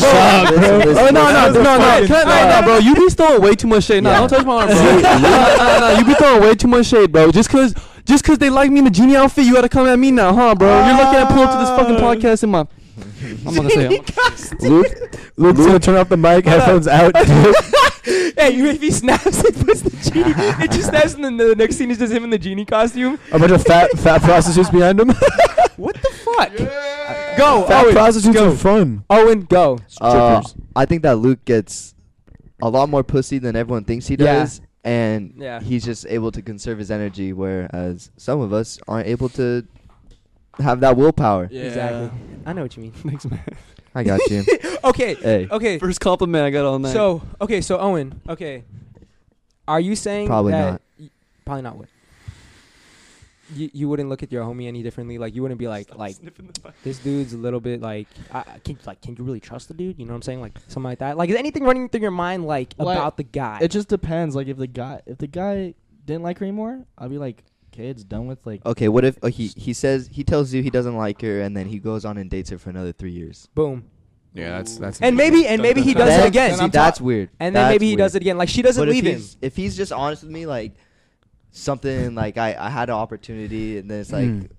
B: shock, bro.
E: Oh,
B: That
E: no,
B: was
E: no, no,
B: a
E: no,
B: fucking
E: no, no,
B: shock.
E: bro, you be throwing way too much shade. No,
B: Yeah.
E: don't touch my arm, bro. no, no, no, you be throwing way too much shade, bro. Just cause, just cause they like me in the genie outfit, you gotta come at me now, huh, bro? You're lucky I pull up to this fucking podcast in my. I'm not gonna say. it.
C: Luke? Luke's gonna turn off the mic, headphones out.
A: Hey, you, if he snaps, it puts the genie. it just snaps, and then the next scene is just him in the genie costume.
C: a bunch of fat fat prostitutes behind him.
A: What the fuck? Go,
C: fat
A: Owen.
C: prostitutes are fun.
A: Owen, go.
B: Uh, I think that Luke gets a lot more pussy than everyone thinks he
A: Yeah.
B: does, and
A: Yeah.
B: he's just able to conserve his energy, whereas some of us aren't able to have that willpower.
A: Exactly. I know what you mean.
E: Thanks, man.
B: I got you.
A: Okay.
B: Hey.
A: Okay.
E: First compliment I got all night.
A: So okay, so Owen, okay, are you saying
B: Probably
A: that
B: not.
A: y- probably not what? you, you wouldn't look at your homie any differently. Like you wouldn't be like like this dude's a little bit like I I can like can you really trust the dude? You know what I'm saying? Like something like that. Like is anything running through your mind like
D: Like,
A: about the guy?
D: It just depends. Like if the guy if the guy didn't like her anymore, I'd be like, okay, it's done with. Like
B: Okay, what if uh, he he says he tells you he doesn't like her, and then he goes on and dates her for another three years?
A: boom.
C: Yeah, that's that's.
A: And maybe and maybe he does
B: That's-
A: it again.
B: See, that's weird.
A: and then
B: That's
A: maybe he
B: weird.
A: does it again. Like she doesn't
B: But if
A: leave him.
B: he's, if he's just honest with me, like something like I, I had an opportunity, and then it's like,
C: Mm.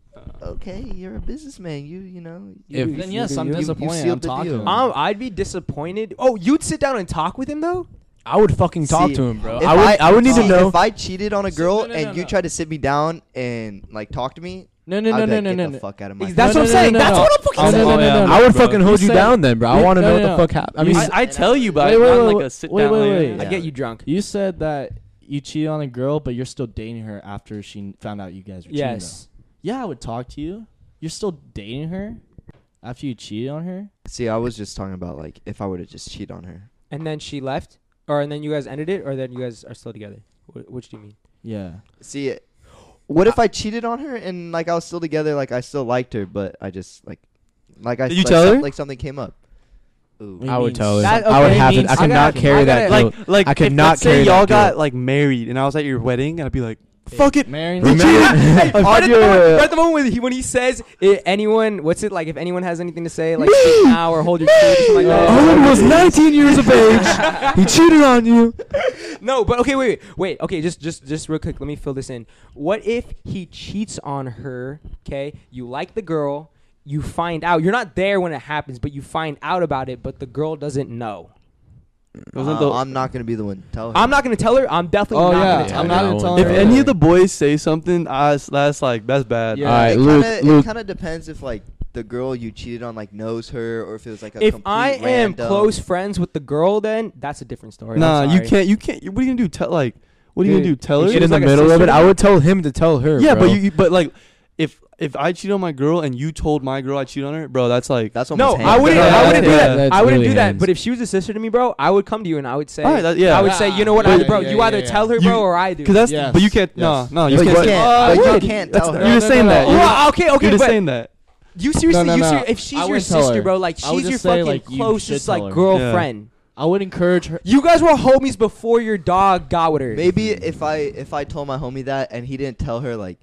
B: okay, you're a businessman. You you know. You,
C: If-
B: you-
D: then yes,
B: you-
D: I'm
B: you- you
D: disappointed.
B: sealed
D: I'm
B: the
D: talking.
B: deal.
A: Um, I'd be disappointed. Oh, you'd sit down and talk with him though.
C: I would fucking talk
B: See,
C: to him, bro.
B: if
C: I would. I, would need to
B: see,
C: know.
B: if I cheated on a girl
D: no, no,
B: and
D: no,
B: you
D: no.
B: tried to sit me down and like talk to me.
D: no no
B: I'd
D: no
B: be
D: no
B: like,
D: no
B: get
D: no
B: the
D: no.
B: fuck out of my.
A: Ex- That's
D: No,
A: what
D: no,
A: I'm
D: no,
A: saying.
D: no,
A: That's
D: no.
A: what I'm fucking
D: Oh,
A: saying.
D: no, no, no, no,
C: I would
D: bro.
C: fucking hold you
D: You said-
C: down, then, bro. I
D: you-
C: want to
D: no,
C: know
D: no,
C: what
D: no.
C: the fuck happened. I mean,
E: I, I tell you, but
D: Wait,
E: I'm
D: wait,
E: not
D: wait,
E: like
D: wait.
E: a sit
D: Wait,
E: down.
D: wait,
E: like,
D: wait.
A: I
B: Yeah.
A: get you drunk.
D: You said that you cheated on a girl, but you're still dating her after she found out you guys were cheating.
A: Yes.
D: though. Yeah, I would talk to you. You're still dating her after you cheated on her.
B: See, I was just talking about like if I were to just cheat on her.
A: And then she left, or and then you guys ended it, or then you guys are still together. Wh- which do you mean?
D: Yeah.
B: See, what if I cheated on her and like I was still together, like I still liked her, but I just like, like I
E: Did you
B: like,
E: tell
B: some-
E: her?
B: like something came up. Ooh.
D: Wait.
C: I would tell her.
A: That-
C: I would
A: okay,
C: have
A: means-
C: to. I
A: I
C: could
A: gotta-
C: not carry
A: I
C: that.
A: gotta-
C: guilt.
E: like, like
C: I could
E: if,
C: not
E: let's say
C: carry that
E: y'all
C: guilt.
E: got like married, and I was at your wedding, and I'd be like, "Fuck it,
D: Marrying
A: Hey,
B: On
A: right, at the
B: your-
A: moment, right at the moment when he, when he says "I- anyone, what's it like? If anyone has anything to say, like sit now or hold your food, something like that.
E: Oh,
C: Owen was 19 years of age. He cheated on you.
A: No, but okay, wait, wait, wait. Okay, just just just real quick. Let me fill this in. What if he cheats on her? Okay, you like the girl. You find out. You're not there when it happens, but you find out about it. But the girl doesn't know.
E: Wasn't
B: Uh,
E: the-
B: I'm not gonna be the one to tell her.
A: I'm not gonna tell her. I'm definitely
D: Oh
A: not
D: yeah,
A: gonna tell
D: I'm
A: her.
D: not
C: Yeah,
D: even
C: I
D: telling
E: If
D: her.
C: wouldn't.
E: any of the boys say something, I, that's like that's bad.
D: Yeah.
C: All right,
B: it
C: Luke.
B: Kinda,
C: Luke.
B: It kind of depends if like the girl you cheated on like knows her, or if it was like a
A: If
B: complete
A: I am
B: random-
A: close friends with the girl, then that's a different story. I'm
E: Nah, you
A: sorry.
E: can't. You can't. What are you gonna do? Tell like, what are you gonna do?
A: Dude,
E: Tell
A: you
E: her?
A: She
C: Get in
A: was
C: the
A: like a
C: middle of it.
A: sister.
C: I would tell him to tell her.
E: yeah,
C: bro.
E: but you, you- But like, if if I cheat on my girl and you told my girl I cheat on her, bro, that's like.
B: That's
A: No,
B: almost
A: I
B: hands.
A: wouldn't.
E: No,
A: I
E: that's-
A: wouldn't do
E: yeah,
A: that.
C: that's
A: I wouldn't
C: really
A: do that.
C: hands.
A: But if she was a sister to me, bro, I would come to you and I would say,
E: Alright, that- yeah.
A: I would say, you know what,
D: Yeah,
A: I, bro,
D: yeah,
A: you
D: yeah,
A: either
D: yeah.
A: tell her,
E: You-
A: bro, or I do.
E: Cause that's
D: Yes,
E: but you can't
D: yes.
E: no no you
B: But you
E: can't,
B: can't.
E: I
B: but you
E: would.
B: can't
E: That's-
B: tell her.
E: you're
D: No, no,
E: saying
D: no,
E: that
D: no.
E: you're,
A: Well, okay, okay,
E: you're just
A: but
E: saying that
A: you seriously,
D: no,
A: you
D: no.
A: ser- if
D: I
A: she's your
D: wouldn't tell
A: sister,
D: her.
A: bro, like
D: I would
A: she's your
D: just say,
A: fucking
D: like, you
A: closest
D: should tell
A: like
D: her.
A: girlfriend.
D: I would encourage her.
A: You guys were homies before your dog got with her.
B: Maybe if I if I told my homie that and he didn't tell her like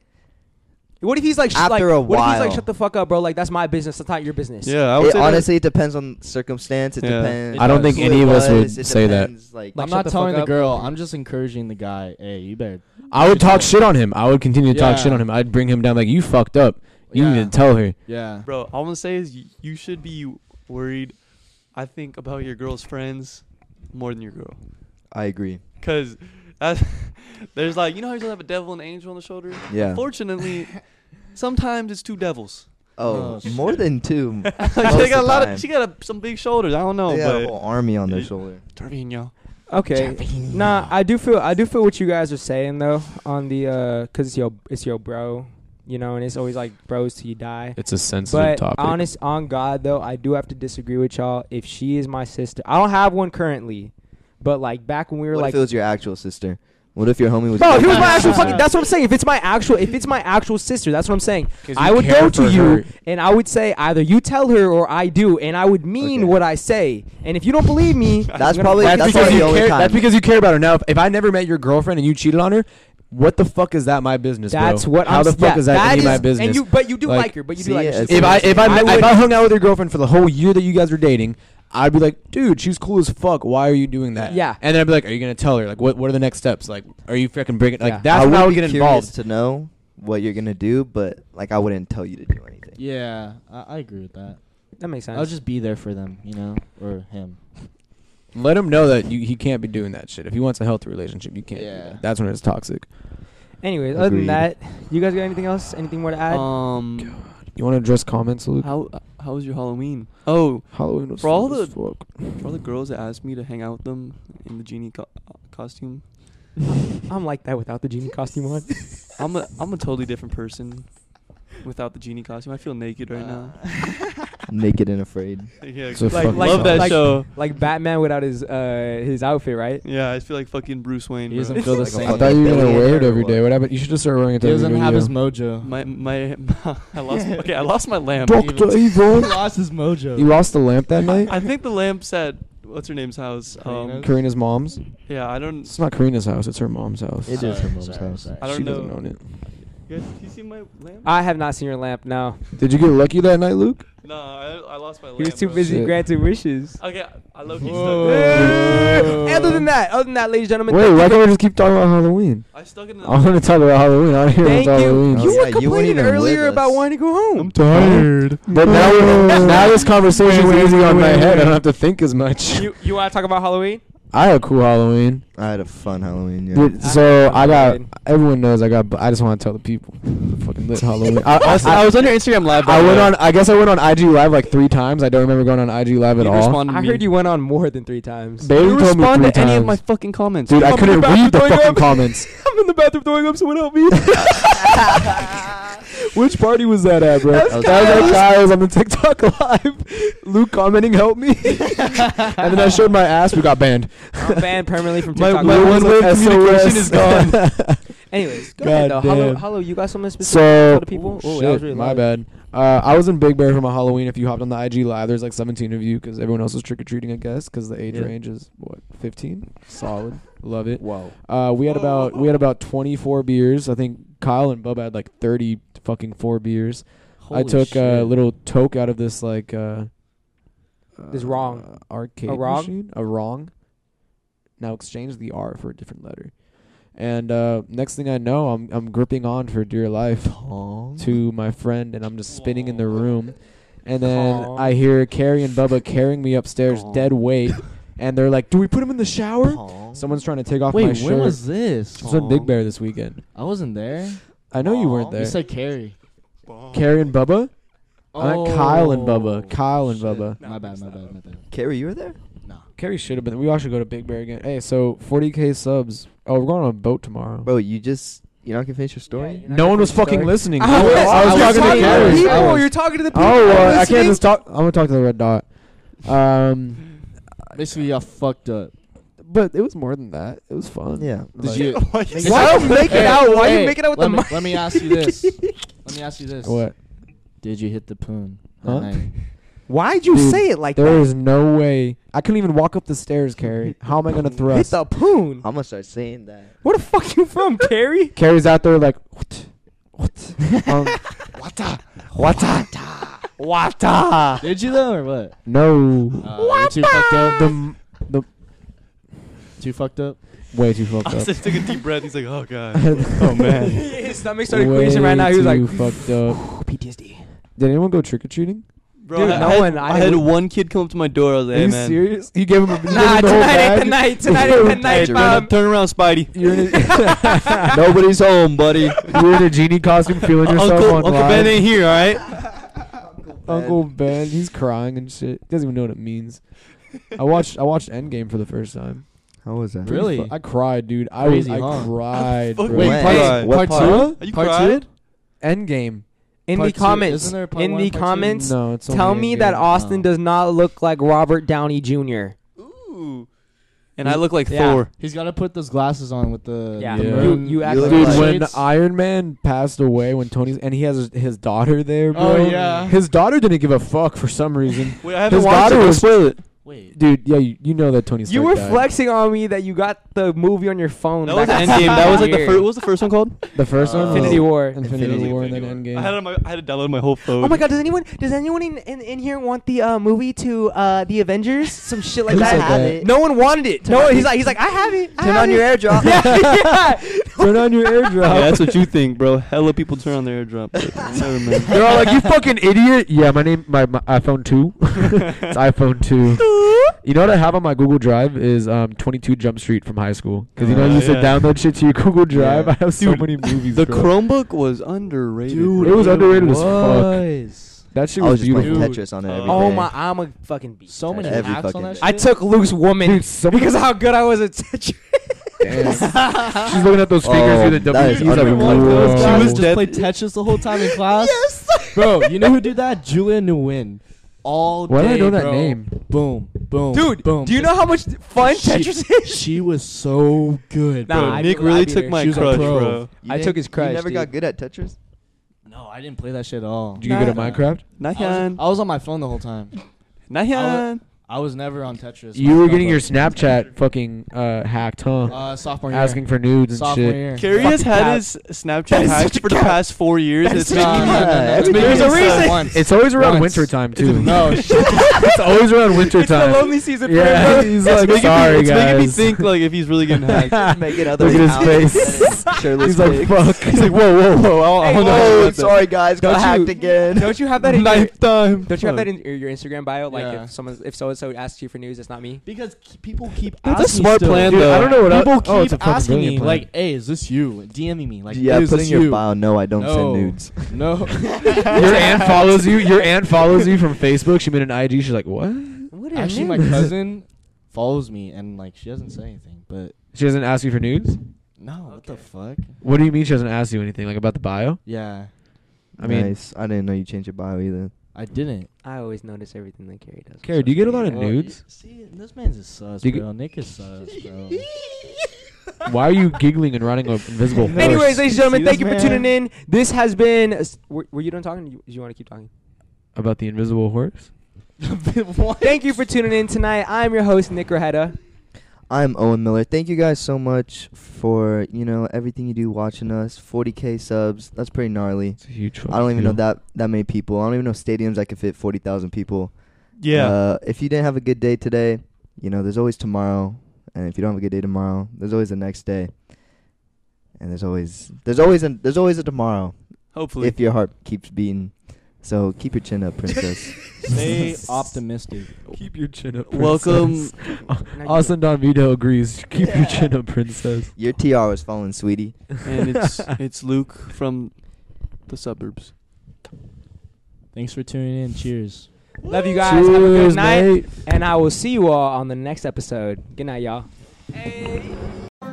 A: What if he's like, sh-
B: After
A: like
B: a
A: what if he's like,
B: while.
A: shut the fuck up, bro? Like that's my business. That's not your business.
E: yeah I would
B: it,
E: say that.
B: honestly it depends on circumstance. It
E: Yeah.
B: depends.
C: I don't think
B: who
C: any
B: it
C: of us would
B: was, it
C: say that.
B: depends, Like,
A: Like,
D: I'm
A: shut
D: not
A: the
D: telling
A: fuck
D: the
A: up.
D: girl. I'm just encouraging the guy. Hey, you better.
C: I would talk shit on him. I would continue to talk
D: Yeah.
C: shit on him. I'd bring him down like you fucked up. You
D: Yeah.
C: need to tell her.
D: Yeah.
E: bro all I'm gonna say is you, you should be worried I think about your girl's friends more than your girl
B: I agree.
E: cause that's, there's like you know how you have a devil and angel on the shoulder
B: Yeah.
E: Unfortunately, sometimes it's two devils
B: Oh,
D: Oh,
B: more than two. Most
E: she
B: of
E: got a
B: the
E: lot
B: time.
E: of she got a, some big shoulders I don't know
B: They got a whole
E: but
B: army on their shoulder.
E: Trevino
A: Okay. Nah, I do feel I do feel what you guys are saying though on the uh, cause it's your it's your bro, you know, and it's always like bros till you die.
C: It's a
A: But
C: sensitive topic.
A: honest on God though, I do have to disagree with y'all. If she is my sister, I don't have one currently, but like back when we were
B: What
A: like,
B: if it was your actual sister? What if your homie was?
A: bro, if it was
D: Yeah.
A: my actual fucking,
D: Yeah.
A: that's what I'm saying. If it's my actual, if it's my actual sister, that's what I'm saying.
C: 'Cause
A: I
C: you
A: would
C: care
A: go to
C: for
A: you
C: her.
A: and I would say either you tell her or I do, and I would mean
B: Okay.
A: what I say. And if you don't believe me, I'm
B: That's
A: gonna-
B: probably
C: that's,
B: that's
C: because
B: probably
C: you
B: the only
C: care,
B: time.
C: that's because you care about her. Now, if, if I never met your girlfriend and you cheated on her, what the fuck is that my business? bro?
A: That's what
C: How
A: I'm
C: the
A: s-
C: fuck
A: yeah,
C: is that, any
A: is-
C: my business?
A: And you, but you do like,
C: Like,
A: her, but you
B: see,
A: do like her.
B: it's-
A: sister.
C: if I if I,
A: I
C: if
A: would-
C: I hung out with your girlfriend for the whole year that you guys were dating, I'd be like, dude, she's cool as fuck. Why are you doing that?
A: Yeah.
C: And then I'd be like, are you gonna tell her? Like, what what are the next steps? Like, are you freaking breaking? Like,
A: Yeah.
C: that's when I would
B: be
C: get
B: curious
C: involved.
B: to know what you're gonna do, but like I wouldn't tell you to do anything.
D: Yeah, I, I agree with that.
A: that makes sense.
D: I'll just be there for them, you know, or him.
C: Let him know that you, he can't be doing that shit. If he wants a healthy relationship, you can't. do
D: Yeah.
C: that. That's when it's toxic.
A: Anyways, other than
B: Agreed.
A: that, you guys got anything else? Anything more to add?
E: um
C: You want to address comments, Luke?
E: how how was your Halloween oh
C: Halloween was
E: For all
C: fun as
E: the-
C: fuck.
E: For all the girls that asked me to hang out with them in the genie co- costume,
A: I'm like that without the genie costume on.
E: I'm
D: Uh,
E: a I'm a totally different person without the genie costume. I feel naked right now.
B: Naked and afraid.
E: Uh, Yeah,
C: So
E: like,
C: fucking
E: love that
A: like,
E: show.
A: Like Batman without his uh his outfit, right?
E: Yeah, I feel like fucking Bruce Wayne.
D: He doesn't
E: Bro.
D: feel the
B: Like a
D: same.
C: I thought you were gonna
B: Billionaire
C: wear it
B: or
C: every
B: what?
C: day. What happened? You should just start wearing it.
D: He
C: to every
D: doesn't have
C: video.
D: his mojo.
E: My my I lost. Okay, I lost my lamp.
C: Doctor
D: He
C: Evil.
D: lost his mojo.
C: You lost the lamp that night.
E: I think the lamp's at what's her name's house. Um,
D: Karina's?
C: Karina's mom's.
E: yeah, I don't.
C: It's not Karina's house. It's her mom's house.
B: It
C: she
B: is her
D: Sorry,
B: mom's
D: sorry,
B: house.
D: sorry.
E: I don't
C: doesn't
E: know.
C: own it.
E: You guys, you see my lamp?
A: I have not seen your lamp. No,
C: Did you get lucky that night, Luke?
E: no, I, I lost my lamp. Oh.
A: he was too
E: bro.
A: busy
C: Shit.
A: granting wishes.
E: Okay, I love you.
A: Eh, Other than that, other than that, ladies and gentlemen,
C: Wait,
A: thank
C: why
A: you
C: can't we just keep talking about Halloween?
E: I stuck it in.
C: I want to talk about Halloween. I don't hear
A: Thank
C: about
A: you. You
C: Halloween.
B: Yeah,
A: were
B: you weren't
A: complaining
B: even
A: earlier
B: with
A: about
B: us.
A: wanting to go home.
C: tired. But now, now this conversation is easy on my head. I don't have to think as much.
A: You you want to talk about Halloween?
C: I had a cool Halloween.
B: I had a fun Halloween. Yeah.
C: Dude,
A: I
C: so
A: had a
C: I got.
A: Halloween.
C: Everyone knows I got. bu- I just want to tell the people. Fucking lit Halloween. I,
E: I, was,
C: I-
E: I was on your Instagram live. by
C: I
E: the
C: went
E: way.
C: on. I guess I went on IG live like three times. I don't remember going on IG live at
E: You
C: all.
E: responded to
A: I
E: me.
A: heard you went on more than three times.
C: Baby
E: You
C: told me
E: respond
C: three
E: to any of
C: times.
E: my fucking comments.
C: Dude, I
A: I'm in the
C: couldn't
A: bathroom
C: read the
A: throwing
C: fucking
A: up.
C: comments.
A: I'm in the bathroom throwing up. Someone help me!
C: Which party was that at, bro? That was, at Kyle's on the TikTok live. Luke commenting, "Help me!" and then I showed my ass. We got banned.
A: I'm banned permanently from
E: My-
A: TikTok.
E: my
A: Anyways,
E: one-
C: Luke was
E: way communication is gone.
A: Anyways, go ahead though.
C: God
A: Hello,
C: damn.
A: hello. You got something specific to
C: so
A: tell the people?
C: Ooh,
A: Oh,
C: shit, my
A: loud.
C: bad. Uh, I was in Big Bear for my Halloween. If you hopped on the IG live, there's like 17 of you because everyone else was trick or treating, I guess, because the age
B: Yeah.
C: range is what 15. Solid, love it.
B: Whoa.
C: Uh, we had about we had about 24 beers. I think Kyle and Bubba had like 30 fucking four beers. I took a little toke out of this like uh,
A: This wrong.
C: uh, arcade
A: A wrong?
C: machine. A wrong. Now exchange the R for a different letter. And uh, next thing I know, I'm I'm gripping on for dear life to my friend, and I'm just spinning in the room. And then
A: Aw.
C: I hear Carrie and Bubba carrying me upstairs,
E: Aw.
C: dead weight. And they're like, "Do we put him in the shower?" Someone's trying to take off my
D: Wait,
C: shirt.
D: when was this?
C: It's in Big Bear this weekend.
D: I wasn't there.
C: I know you weren't
D: You
C: there.
D: said Carrie.
C: Carrie and Bubba? I
A: Oh,
C: meant Kyle and Bubba. Kyle and Bubba.
D: Oh. My bad, my bad, my bad.
B: Carrie, you were there?
C: Carrie should have been. We all should go to Big Bear again. Hey, so 40k subs. Oh, we're going on a boat tomorrow.
B: Bro, you just you're not gonna finish your story.
C: no one was fucking listening.
A: I was,
C: I was
A: talking,
C: talking to
A: to
C: Gary.
A: the
C: I
A: people.
C: was-
A: You're talking to the people.
C: Oh,
A: They're
C: well, I can't
A: listening.
C: just talk. I'm gonna talk to the red dot. Um,
D: Basically, y'all fucked up.
C: but it was more than that. It was fun.
B: yeah.
D: Did
B: like-
D: you?
E: Why you
D: Hey,
E: say-
A: Why you make it
D: hey,
A: out? Why you
D: hey,
A: make it out with
D: let
A: the
D: me,
A: mic?
D: Let me ask you this. let me ask you this.
C: What?
D: Did you hit the poon? that
C: Huh?
D: night?
A: Why'd you
C: Dude,
A: say it like
C: There
A: that?
C: is no way. I couldn't even walk up the stairs, Carrie. How am I gonna
A: Hit
C: thrust?
A: the poon.
B: I'm gonna start saying that.
A: Where the fuck you from, Carrie?
C: Carrie's out there like what? What? Um,
A: Wata.
D: Did you though, or what?
C: no.
D: Uh, what? Too fucked up.
C: the the
D: Too fucked up.
C: way too fucked
E: I
C: up.
E: said, took a deep breath. He's like, oh god.
C: oh man.
A: His stomach started queasing right now. He was like,
C: fucked up.
A: PTSD.
C: Did anyone go trick or treating?
E: Bro,
A: Dude,
E: I,
A: no
E: I had,
A: one- I
E: I had
A: had-
E: one kid come up to my door. I was like,
C: Are
E: hey,
C: you
E: man.
C: serious? You gave him. A, you
A: Nah,
C: gave him the whole
A: tonight ain't
C: bag?
A: the night. Tonight ain't the night,
E: Turn, up-
A: fam.
E: turn around, Spidey.
C: You're in, a,
E: Nobody's home, buddy.
C: you're in a genie costume, feeling yourself
E: Uncle,
C: on
E: Uncle Ben ain't here, all right?
C: Uncle Ben, he's crying and shit. He doesn't even know what it means. I watched I watched Endgame for the first time.
B: How was that?
D: Really?
C: Fu- I cried, dude. I
D: Crazy,
C: was I
D: huh?
C: cried.
E: Fuck
C: bro.
B: Wait,
E: you
B: Wait,
E: cried.
B: what
D: part
B: part?
D: two?
E: Are you
D: part
E: crying?
D: two?
C: Endgame.
A: In
D: Part
A: the
D: two.
A: comments,
D: Isn't there a part
A: in
D: one,
A: the
D: part two?
A: comments,
C: No, it's
A: tell
C: only
A: me
C: Endgame.
A: that Austin
D: No.
A: does not look like Robert Downey Jr.
E: Ooh. And I look like
A: Yeah.
E: Thor.
D: He's got to put those glasses on with the.
A: Yeah,
D: the
C: Yeah.
A: you,
D: maroon
A: you act
B: look
A: like
C: Dude,
B: Like-
C: when
D: shades.
C: Iron Man passed away, when Tony's and he has his, his daughter there, bro.
D: Oh, yeah.
C: His daughter didn't give a fuck for some reason.
E: Wait, I haven't
C: His
E: watched
C: daughter
E: it. Don't
C: was-
E: spoil it.
D: Wait.
C: Dude, yeah, you, you know that Tony Stark.
A: you were
C: died.
A: flexing on me that you got the movie on your phone.
E: That was
A: back in
E: Endgame. That was like the
A: year.
E: first. What was the first one called?
C: The first one, was
A: Infinity War.
C: Infinity,
B: Infinity
C: War, and then Endgame.
E: I had, it on my, I had to download my whole phone.
A: Oh my god, does anyone does anyone in, in, in here want the uh, movie to uh, the Avengers? Some shit like
C: Who
A: that.
C: said that?
A: No one wanted it. No, one, he's like he's like I have it. I
B: Turn
A: have
B: on your
A: it."
B: airdrop.
A: yeah, yeah.
C: Turn on your airdrop.
E: Yeah, that's what you think, bro. Hella people turn on their airdrop. but Never mind.
C: They're all like, "You fucking idiot!" Yeah, my name, my, my iPhone two. it's iPhone two. You know what I have on my Google Drive is um 22 Jump Street from high school. Because you know
E: Oh,
C: you used to
E: yeah.
C: download shit to your Google Drive.
D: Yeah.
C: I have so
E: Dude,
C: many movies.
E: The
C: bro.
E: Chromebook was underrated.
C: Dude,
E: bro.
C: it was underrated as fuck.
D: was.
C: That shit
B: I was
C: was
B: just playing
C: beautiful.
B: Tetris on it. every
A: Oh
B: day.
A: my, I'm a fucking beast.
D: So many
B: Every
D: hacks
B: fucking
D: on that
B: day.
D: shit.
A: I took Luke's woman
C: Dude, so many-
A: because of how good I was at Tetris.
C: She's looking at those fingers
B: Oh,
C: through the
B: that is
C: W's. Like,
B: underrated.
E: One of those
C: "Whoa."
E: guys
D: She was
E: She was
D: just
E: dead-
D: played Tetris the whole time in class. Bro, you know who did that? Julia Nguyen. all
C: Why do
D: day.
C: I know that
D: bro.
C: name?
D: Boom, boom,
A: Dude,
D: Boom.
A: do you know how much fun
D: She-
A: Tetris is?
D: She was so good.
A: Nah,
D: bro.
A: I
E: Nick
A: blew
E: really
A: out
E: took
A: Peter.
E: my
D: She was a
E: crush,
D: pro.
E: bro.
B: You
A: I
B: didn't-
A: took his crush,
B: You never got
A: dude.
B: good at Tetris.
D: No, I didn't play that shit at all.
C: Did you get a
D: Nah.
C: Minecraft?
D: I was,
E: Nahyan.
D: I was on my phone the whole time.
E: Nahyan.
D: I was never on Tetris.
C: You were getting your
D: Minecraft,
C: Snapchat fucking uh, hacked, huh?
D: uh, sophomore year.
C: Asking for nudes and
D: sophomore
C: shit.
D: year.
E: Carrie has had his Snapchat hacked for the past four years. and It's
D: No, no,
E: making
D: no, no, no.
B: There's
D: It's
E: a
D: been
E: reason.
D: said once.
C: It's always around
D: Once.
C: winter time too.
D: no, shit.
C: it's always around winter
A: It's the
C: time.
A: lonely season for
C: Yeah,
A: everybody.
C: he's
E: It's
C: like,
E: making me-
C: sorry
E: it's making me
C: guys.
E: think like if he's really getting hacked.
B: Making other
C: Look at his face. He's like, fuck. He's like, whoa, whoa, whoa. I
A: Hey,
C: wanna-
A: whoa.
B: Oh, sorry guys, got
A: Don't you-
B: hacked again.
A: Don't you have that in your,
E: Ninth time.
A: don't you have that in your, your Instagram bio? Like
D: Yeah.
A: if someone if so and so asks you for news, it's not me.
D: because ke- people keep
E: That's a
D: asking
E: smart
D: still.
E: plan,
D: Dude,
E: though.
D: I don't know what
C: People
D: people
C: keep
D: keep
C: asking
D: asking
C: me,
D: me
C: like,
D: like, "Hey, is this you?" DMing me like,
B: Yeah,
D: "Is
B: put
D: this
B: in your
D: you?"
B: bio. No, I don't
D: No.
B: send nudes.
D: No.
C: Your aunt follows you. Your aunt follows you from Facebook. She made an IG. She's like, what?
A: What
D: Actually, my cousin follows me and like she doesn't say anything, but
C: She doesn't ask you for nudes.
D: no, what the fuck?
C: What do you mean she doesn't ask you anything like about the bio?
D: Yeah,
C: I mean,
B: nice. I didn't know you changed your bio either.
D: I didn't.
A: I always notice everything that Carrie does.
C: Carrie, do you get a lot of
D: Well,
C: nudes?
D: y- See, this man's a sus,
C: Do you
D: bro. Nick is sus, bro.
C: Why are you giggling and riding an invisible horse?
A: Anyways, ladies and gentlemen,
B: See
A: thank you
B: this
A: for
B: man?
A: tuning in. This has been. a s- Were, were you done talking? You, you want to keep talking?
C: about the invisible horse.
A: Thank you for tuning in tonight. I'm your host Nick Rojeda.
B: I'm Owen Miller. Thank you guys so much for you know everything you do watching us. 40k subs. That's pretty gnarly.
C: It's a huge.
B: I don't even know
C: fucking
B: that that many people. I don't even know stadiums that could fit 40,000 people.
E: Yeah.
B: Uh, if you didn't have a good day today, you know there's always tomorrow, and if you don't have a good day tomorrow, there's always the next day. And there's always there's always a there's always a tomorrow
E: Hopefully.
B: if your heart keeps beating. So keep your chin up, princess.
D: Stay optimistic.
C: deal. Keep your chin up.
E: Welcome.
C: Austin Don Vito agrees. Keep your chin up, princess.
B: Your TR is falling, sweetie.
E: and it's it's Luke from the suburbs.
D: Thanks for tuning in. Cheers.
A: Love you guys. Have a good
C: Cheers,
A: night.
C: mate.
A: And I will see you all on the next episode. Good night, y'all.